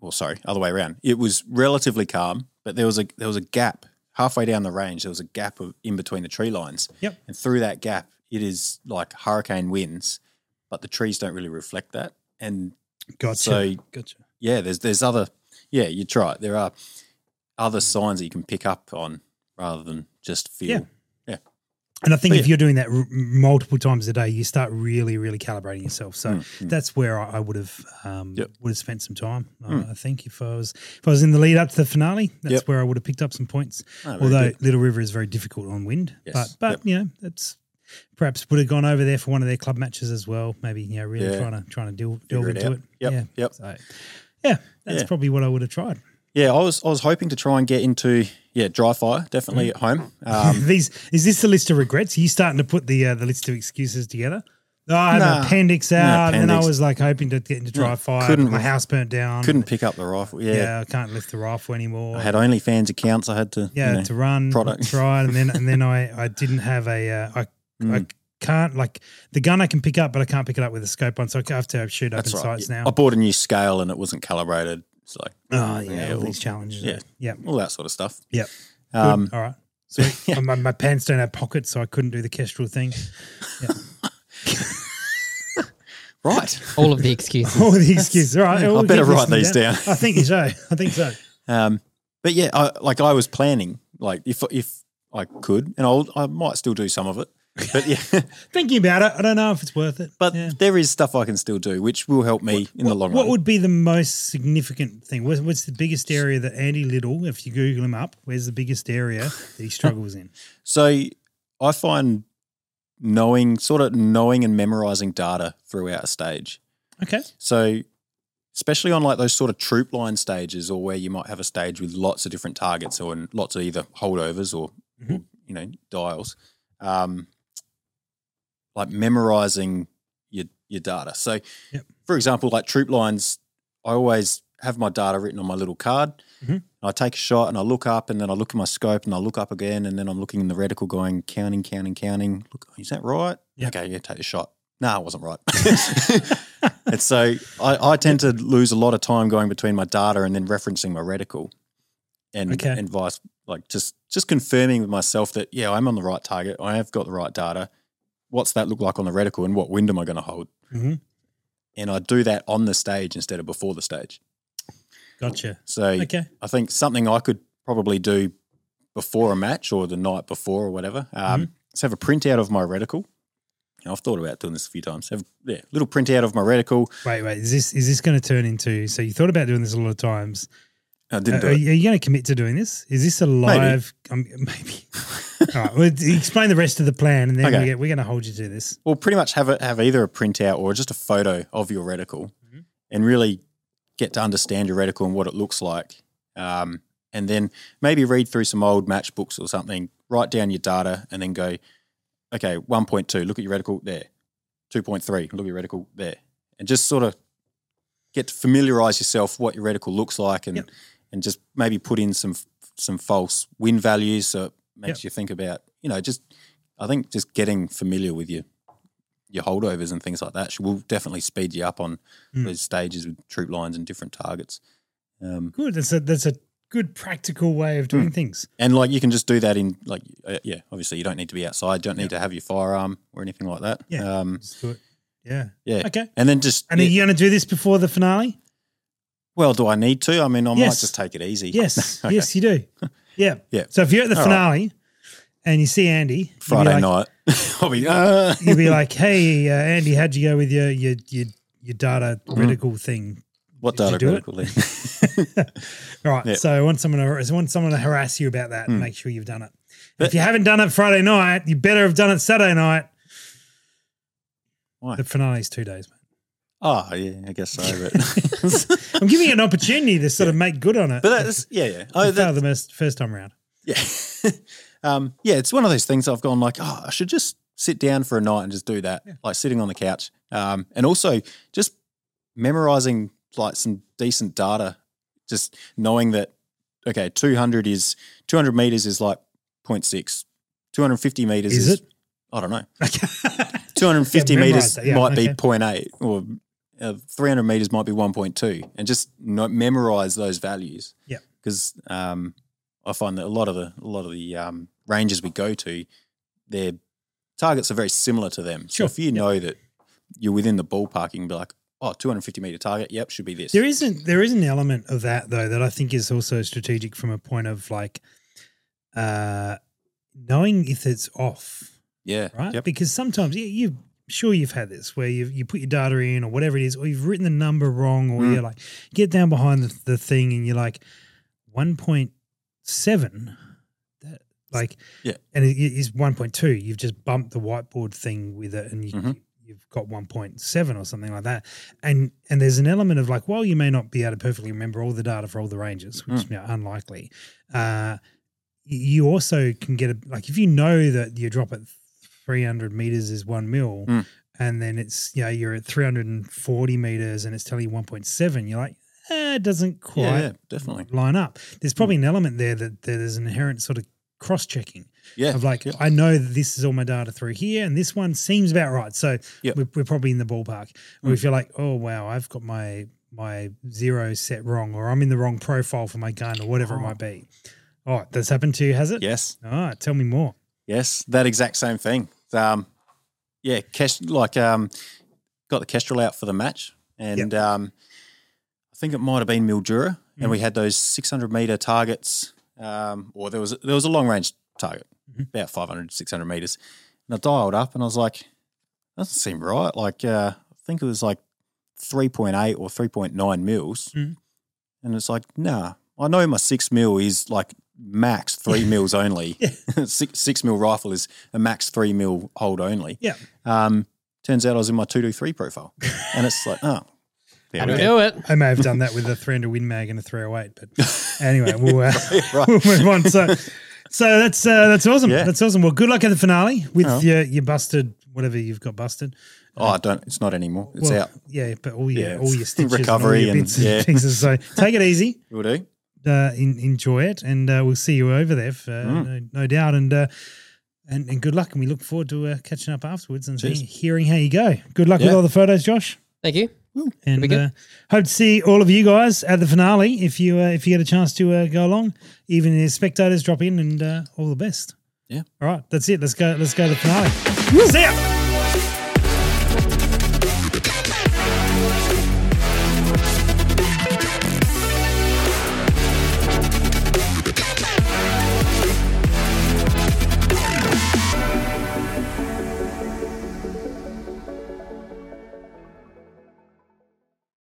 [SPEAKER 2] well, sorry, other way around. It was relatively calm, but there was a there was a gap halfway down the range. There was a gap of, in between the tree lines.
[SPEAKER 1] Yep.
[SPEAKER 2] And through that gap, it is like hurricane winds, but the trees don't really reflect that. And
[SPEAKER 1] Gotcha.
[SPEAKER 2] So-
[SPEAKER 1] gotcha.
[SPEAKER 2] yeah, there's there's other yeah, you're right. There are other signs that you can pick up on rather than just feel.
[SPEAKER 1] Yeah. And I think
[SPEAKER 2] But
[SPEAKER 1] if
[SPEAKER 2] yeah.
[SPEAKER 1] you're doing that r- multiple times a day, you start really, really calibrating yourself.
[SPEAKER 2] Hmm,
[SPEAKER 1] So that's where I, I would have um,
[SPEAKER 2] Yep. Hmm.
[SPEAKER 1] would have spent some time. Uh, I think if I was if I was in the lead up to the finale, that's
[SPEAKER 2] Yep.
[SPEAKER 1] where I would have picked up some points.
[SPEAKER 2] Oh, very
[SPEAKER 1] Although
[SPEAKER 2] good.
[SPEAKER 1] Little River is very difficult on wind,
[SPEAKER 2] Yes.
[SPEAKER 1] but but
[SPEAKER 2] Yep.
[SPEAKER 1] you know that's perhaps would have gone over there for one of their club matches as well. Maybe you know really
[SPEAKER 2] Yeah.
[SPEAKER 1] trying to trying to deal, delve
[SPEAKER 2] Figure it
[SPEAKER 1] into
[SPEAKER 2] out.
[SPEAKER 1] it.
[SPEAKER 2] Yep,
[SPEAKER 1] Yeah.
[SPEAKER 2] yep.
[SPEAKER 1] So, yeah, that's
[SPEAKER 2] Yeah.
[SPEAKER 1] probably what I would have tried. [laughs]
[SPEAKER 2] yeah, I was I was hoping to try and get into yeah dry fire
[SPEAKER 1] Mm.
[SPEAKER 2] definitely at home.
[SPEAKER 1] [laughs]
[SPEAKER 2] Um,
[SPEAKER 1] These is this the list of regrets? Are you starting to put the uh, the list of excuses together? Oh, I had an
[SPEAKER 2] Nah.
[SPEAKER 1] appendix out, and then I
[SPEAKER 2] appendix.
[SPEAKER 1] was like hoping to get into dry
[SPEAKER 2] Yeah,
[SPEAKER 1] fire.
[SPEAKER 2] couldn't
[SPEAKER 1] my
[SPEAKER 2] ref-
[SPEAKER 1] house burnt down.
[SPEAKER 2] couldn't pick up the rifle. Yeah,
[SPEAKER 1] yeah. I can't lift the rifle anymore.
[SPEAKER 2] I had OnlyFans accounts. I had to
[SPEAKER 1] yeah,
[SPEAKER 2] you know,
[SPEAKER 1] to run.
[SPEAKER 2] product.
[SPEAKER 1] That's right, and
[SPEAKER 2] [laughs]
[SPEAKER 1] then and then I I didn't have a uh, I
[SPEAKER 2] Mm.
[SPEAKER 1] I can't like the gun I can pick up, but I can't pick it up with a scope on, so I have to shoot up in
[SPEAKER 2] that's right.
[SPEAKER 1] sights
[SPEAKER 2] yeah.
[SPEAKER 1] now.
[SPEAKER 2] I bought a new scale and it wasn't calibrated, so
[SPEAKER 1] Oh yeah, all
[SPEAKER 2] well,
[SPEAKER 1] these challenges.
[SPEAKER 2] yeah.
[SPEAKER 1] yeah,
[SPEAKER 2] all that sort of stuff.
[SPEAKER 1] Yep.
[SPEAKER 2] Um,
[SPEAKER 1] all right. Sweet.
[SPEAKER 2] [laughs] yeah.
[SPEAKER 1] my, my pants don't have pockets, so I couldn't do the Kestrel thing. [laughs]
[SPEAKER 2] right.
[SPEAKER 4] All of
[SPEAKER 1] [laughs]
[SPEAKER 4] the excuses.
[SPEAKER 1] All the excuses. All right,
[SPEAKER 2] [laughs] I
[SPEAKER 1] we'll
[SPEAKER 2] better
[SPEAKER 1] keep
[SPEAKER 2] write
[SPEAKER 1] listening
[SPEAKER 2] these down.
[SPEAKER 1] I think
[SPEAKER 2] [laughs]
[SPEAKER 1] so. I think so.
[SPEAKER 2] Um, but yeah, I, like I was planning, like if if I could, and I'll, I might still do some of it. But yeah, [laughs]
[SPEAKER 1] Thinking about it, I don't know if it's worth it.
[SPEAKER 2] but
[SPEAKER 1] Yeah.
[SPEAKER 2] there is stuff I can still do, which will help me in the long
[SPEAKER 1] what
[SPEAKER 2] run.
[SPEAKER 1] would be the most significant thing? What's, what's the biggest area that Andy Little, if you Google him up, where's the biggest area that he struggles in?
[SPEAKER 2] So I find knowing, sort of knowing and memorizing data throughout a stage.
[SPEAKER 1] Okay.
[SPEAKER 2] So especially on like those sort of troop line stages or where you might have a stage with lots of different targets or and lots of either holdovers or, or, you know, dials. Um, like memorizing your your data. So
[SPEAKER 1] Yep.
[SPEAKER 2] for example, like troop lines, I always have my data written on my little card.
[SPEAKER 1] Mhm.
[SPEAKER 2] I take a shot and I look up and then I look at my scope and I look up again and then I'm looking in the reticle going counting, counting, counting. Look, is that right?
[SPEAKER 1] Yep.
[SPEAKER 2] Okay, yeah, take the shot. No, it wasn't right. [laughs] and so I, I tend to lose a lot of time going between my data and then referencing my reticle and
[SPEAKER 1] Okay.
[SPEAKER 2] and vice like just just confirming with myself that yeah, I'm on the right target. I have got the right data. What's that look like on the reticle and what wind am I going to hold?
[SPEAKER 1] Mhm.
[SPEAKER 2] And I do that on the stage instead of before the stage.
[SPEAKER 1] Gotcha.
[SPEAKER 2] So
[SPEAKER 1] Okay.
[SPEAKER 2] I think something I could probably do before a match or the night before or whatever um,
[SPEAKER 1] Mm-hmm.
[SPEAKER 2] is have a printout of my reticle. And I've thought about doing this a few times. Have yeah, little printout of my reticle.
[SPEAKER 1] Wait, wait. Is this is this going to turn into? So you thought about doing this a lot of times.
[SPEAKER 2] I
[SPEAKER 1] Uh,
[SPEAKER 2] didn't do
[SPEAKER 1] are,
[SPEAKER 2] it.
[SPEAKER 1] you- are you going to commit to doing this? Is this a live? Maybe. Um, [laughs]
[SPEAKER 2] [laughs]
[SPEAKER 1] maybe. All right. Well, d- explain the rest of the plan, and then
[SPEAKER 2] Okay.
[SPEAKER 1] we get, we're going to hold you to this.
[SPEAKER 2] Well, pretty much have a, have either a printout or just a photo of your reticle,
[SPEAKER 1] Mm-hmm.
[SPEAKER 2] and really get to understand your reticle and what it looks like. Um, and then maybe read through some old match books or something. Write down your data, and then go, okay, one point two. Look at your reticle there. Two point three. Look at your reticle there, and just sort of get to familiarize yourself what your reticle looks like, and
[SPEAKER 1] Yep.
[SPEAKER 2] and just maybe put in some some false win values so it makes you think about you know just I think just getting familiar with your your holdovers and things like that sh- will definitely speed you up on
[SPEAKER 1] Mm.
[SPEAKER 2] those stages with troop lines and different targets. Um,
[SPEAKER 1] Good. That's a that's a good practical way of
[SPEAKER 2] Hmm.
[SPEAKER 1] doing things.
[SPEAKER 2] and like you can just do that in like uh, yeah, obviously you don't need to be outside, don't need to have your firearm or anything like that.
[SPEAKER 1] Yeah.
[SPEAKER 2] um,
[SPEAKER 1] Just do it. Yeah.
[SPEAKER 2] yeah.
[SPEAKER 1] Okay.
[SPEAKER 2] And then just
[SPEAKER 1] And are
[SPEAKER 2] yeah,
[SPEAKER 1] you going to do this before the finale?
[SPEAKER 2] well, do I need to? I mean, I
[SPEAKER 1] Yes.
[SPEAKER 2] might just take it easy. [laughs]
[SPEAKER 1] Yes. Yes, you do. Yeah.
[SPEAKER 2] Yeah.
[SPEAKER 1] So if you're at the
[SPEAKER 2] All right.
[SPEAKER 1] finale and you see Andy you'll be
[SPEAKER 2] Friday
[SPEAKER 1] like-
[SPEAKER 2] night, [laughs] I'll be uh,
[SPEAKER 1] you'll be like, "Hey, uh, Andy, how'd you go with your your your, your data
[SPEAKER 2] Hmm.
[SPEAKER 1] reticle thing?"
[SPEAKER 2] [laughs] what
[SPEAKER 1] Did you
[SPEAKER 2] data
[SPEAKER 1] do it?
[SPEAKER 2] critical then? [laughs]
[SPEAKER 1] All right.
[SPEAKER 2] Yeah. Hmm.
[SPEAKER 1] So I want someone to I want someone to harass you about that and make sure you've done it.
[SPEAKER 2] But-
[SPEAKER 1] if you haven't done it Friday night, you better have done it Saturday night.
[SPEAKER 2] Why?
[SPEAKER 1] The finale's two days, mate.
[SPEAKER 2] Oh yeah, I guess so.
[SPEAKER 1] [laughs]
[SPEAKER 2] But, [laughs]
[SPEAKER 1] I'm giving you an opportunity to sort of make good on it.
[SPEAKER 2] but that's yeah, yeah.
[SPEAKER 1] You
[SPEAKER 2] Oh, that,
[SPEAKER 1] failed the most, first time round.
[SPEAKER 2] Yeah. [laughs] um, yeah, it's one of those things I've gone like, oh, I should just sit down for a night and just do that, like sitting on the couch. Um, and also just memorizing like some decent data, just knowing that, okay, 200 is 200 meters is like 0.6, 250 meters
[SPEAKER 1] Is
[SPEAKER 2] is,
[SPEAKER 1] it?
[SPEAKER 2] I don't know,
[SPEAKER 1] Okay.
[SPEAKER 2] 250
[SPEAKER 1] Yeah, memorize
[SPEAKER 2] meters
[SPEAKER 1] that. Yeah,
[SPEAKER 2] might be
[SPEAKER 1] okay.
[SPEAKER 2] 0.8 or uh, 300 meters might be 1.2 and just no memorize those values
[SPEAKER 1] Yeah.
[SPEAKER 2] because um, i find that a lot of the a lot of the um, ranges we go to their targets are very similar to them so
[SPEAKER 1] Sure.
[SPEAKER 2] if you know that you're within the ballpark you can be like oh 250 meter target yep should be
[SPEAKER 1] [laughs]
[SPEAKER 2] this
[SPEAKER 1] There isn't there is an element of that though that I think is also strategic from a point of like uh knowing if it's off,
[SPEAKER 2] yeah
[SPEAKER 1] right?
[SPEAKER 2] yep.
[SPEAKER 1] Because sometimes you you sure you've had this where you you put your data in or whatever it is, or you've written the number wrong, or
[SPEAKER 2] Mm.
[SPEAKER 1] you're like get down behind the, the thing and you're like one point seven, that like
[SPEAKER 2] Yeah.
[SPEAKER 1] and it is one point two. You've just bumped the whiteboard thing with it, and you.
[SPEAKER 2] Mhm.
[SPEAKER 1] You've got 1.7 or something like that, and and there's an element of like, while you may not be able to perfectly remember all the data for all the ranges,
[SPEAKER 2] Hmm.
[SPEAKER 1] which is now unlikely, uh, you also can get a like if you know that you drop at 300 meters is one mil
[SPEAKER 2] Mm.
[SPEAKER 1] and then it's you know you're at 340 meters and it's telling you 1.7 you're like eh, it doesn't quite
[SPEAKER 2] yeah, yeah definitely Hmm.
[SPEAKER 1] line up there's probably an element there that, that there's an inherent sort of cross-checking
[SPEAKER 2] yeah
[SPEAKER 1] of like
[SPEAKER 2] yep.
[SPEAKER 1] i know that this is all my data through here and this one seems about right so
[SPEAKER 2] Yep.
[SPEAKER 1] we're, we're probably in the ballpark or if you're like oh wow i've got my my zero set wrong or i'm in the wrong profile for my gun or whatever it might be all right that's happened to you has it
[SPEAKER 2] yes
[SPEAKER 1] all right tell me more
[SPEAKER 2] Yes, that exact same thing. Um, yeah, Kesh, like um, got the Kestrel out for the match, and um, I think it might have been Mildura, and
[SPEAKER 1] Hmm.
[SPEAKER 2] we had those 600
[SPEAKER 1] Mm-hmm.
[SPEAKER 2] meter targets, um, or there was there was a long range target, about 500, 600 meters, And I dialed up and I was like, that doesn't seem right. Like, uh, I think it was like 3.8 or 3.9 mils.
[SPEAKER 1] Mm.
[SPEAKER 2] And it's like, nah, I know my six mil is like
[SPEAKER 1] [laughs]
[SPEAKER 2] max three mils only. [laughs] six, six mil rifle is a max three mil hold only.
[SPEAKER 1] Yeah.
[SPEAKER 2] Um, turns out I was in my 223 profile.
[SPEAKER 1] [laughs]
[SPEAKER 2] and it's like, oh, there
[SPEAKER 4] How
[SPEAKER 2] we
[SPEAKER 4] do we
[SPEAKER 2] go.
[SPEAKER 4] do it?
[SPEAKER 1] I may have done that with a 300 Win Mag and a 308, but anyway, we'll, uh,
[SPEAKER 2] [laughs]
[SPEAKER 1] [laughs]
[SPEAKER 2] Right.
[SPEAKER 1] we'll move on. So, so that's uh, that's awesome.
[SPEAKER 2] Yeah.
[SPEAKER 1] That's awesome. Well, good luck at the finale with
[SPEAKER 2] Alright.
[SPEAKER 1] your your busted whatever you've got busted.
[SPEAKER 2] Oh, I don't, it's not anymore. It's
[SPEAKER 1] Well,
[SPEAKER 2] out.
[SPEAKER 1] Yeah, but all your
[SPEAKER 2] Yeah,
[SPEAKER 1] all your
[SPEAKER 2] it's
[SPEAKER 1] stitches, and,
[SPEAKER 2] recovery
[SPEAKER 1] all your
[SPEAKER 2] and-
[SPEAKER 1] bits and
[SPEAKER 2] yeah.
[SPEAKER 1] pieces. So take it easy.
[SPEAKER 2] Will do.
[SPEAKER 1] Uh, in, enjoy it, and uh, we'll see you over there, for, uh,
[SPEAKER 2] Mm.
[SPEAKER 1] no, no doubt. And uh, and and good luck. And we look forward to uh, catching up afterwards and
[SPEAKER 2] Cheers.
[SPEAKER 1] seeing, hearing how you go. Good luck with
[SPEAKER 2] Yeah.
[SPEAKER 1] all the photos, Josh.
[SPEAKER 4] Thank you.
[SPEAKER 1] And
[SPEAKER 4] Pretty good.
[SPEAKER 1] uh, hope to see all of you guys at the finale if you uh, if you get a chance to uh, go along. Even the spectators drop in and uh, all the best.
[SPEAKER 2] Yeah.
[SPEAKER 1] All right, that's it. Let's go. Let's go to the finale. See ya.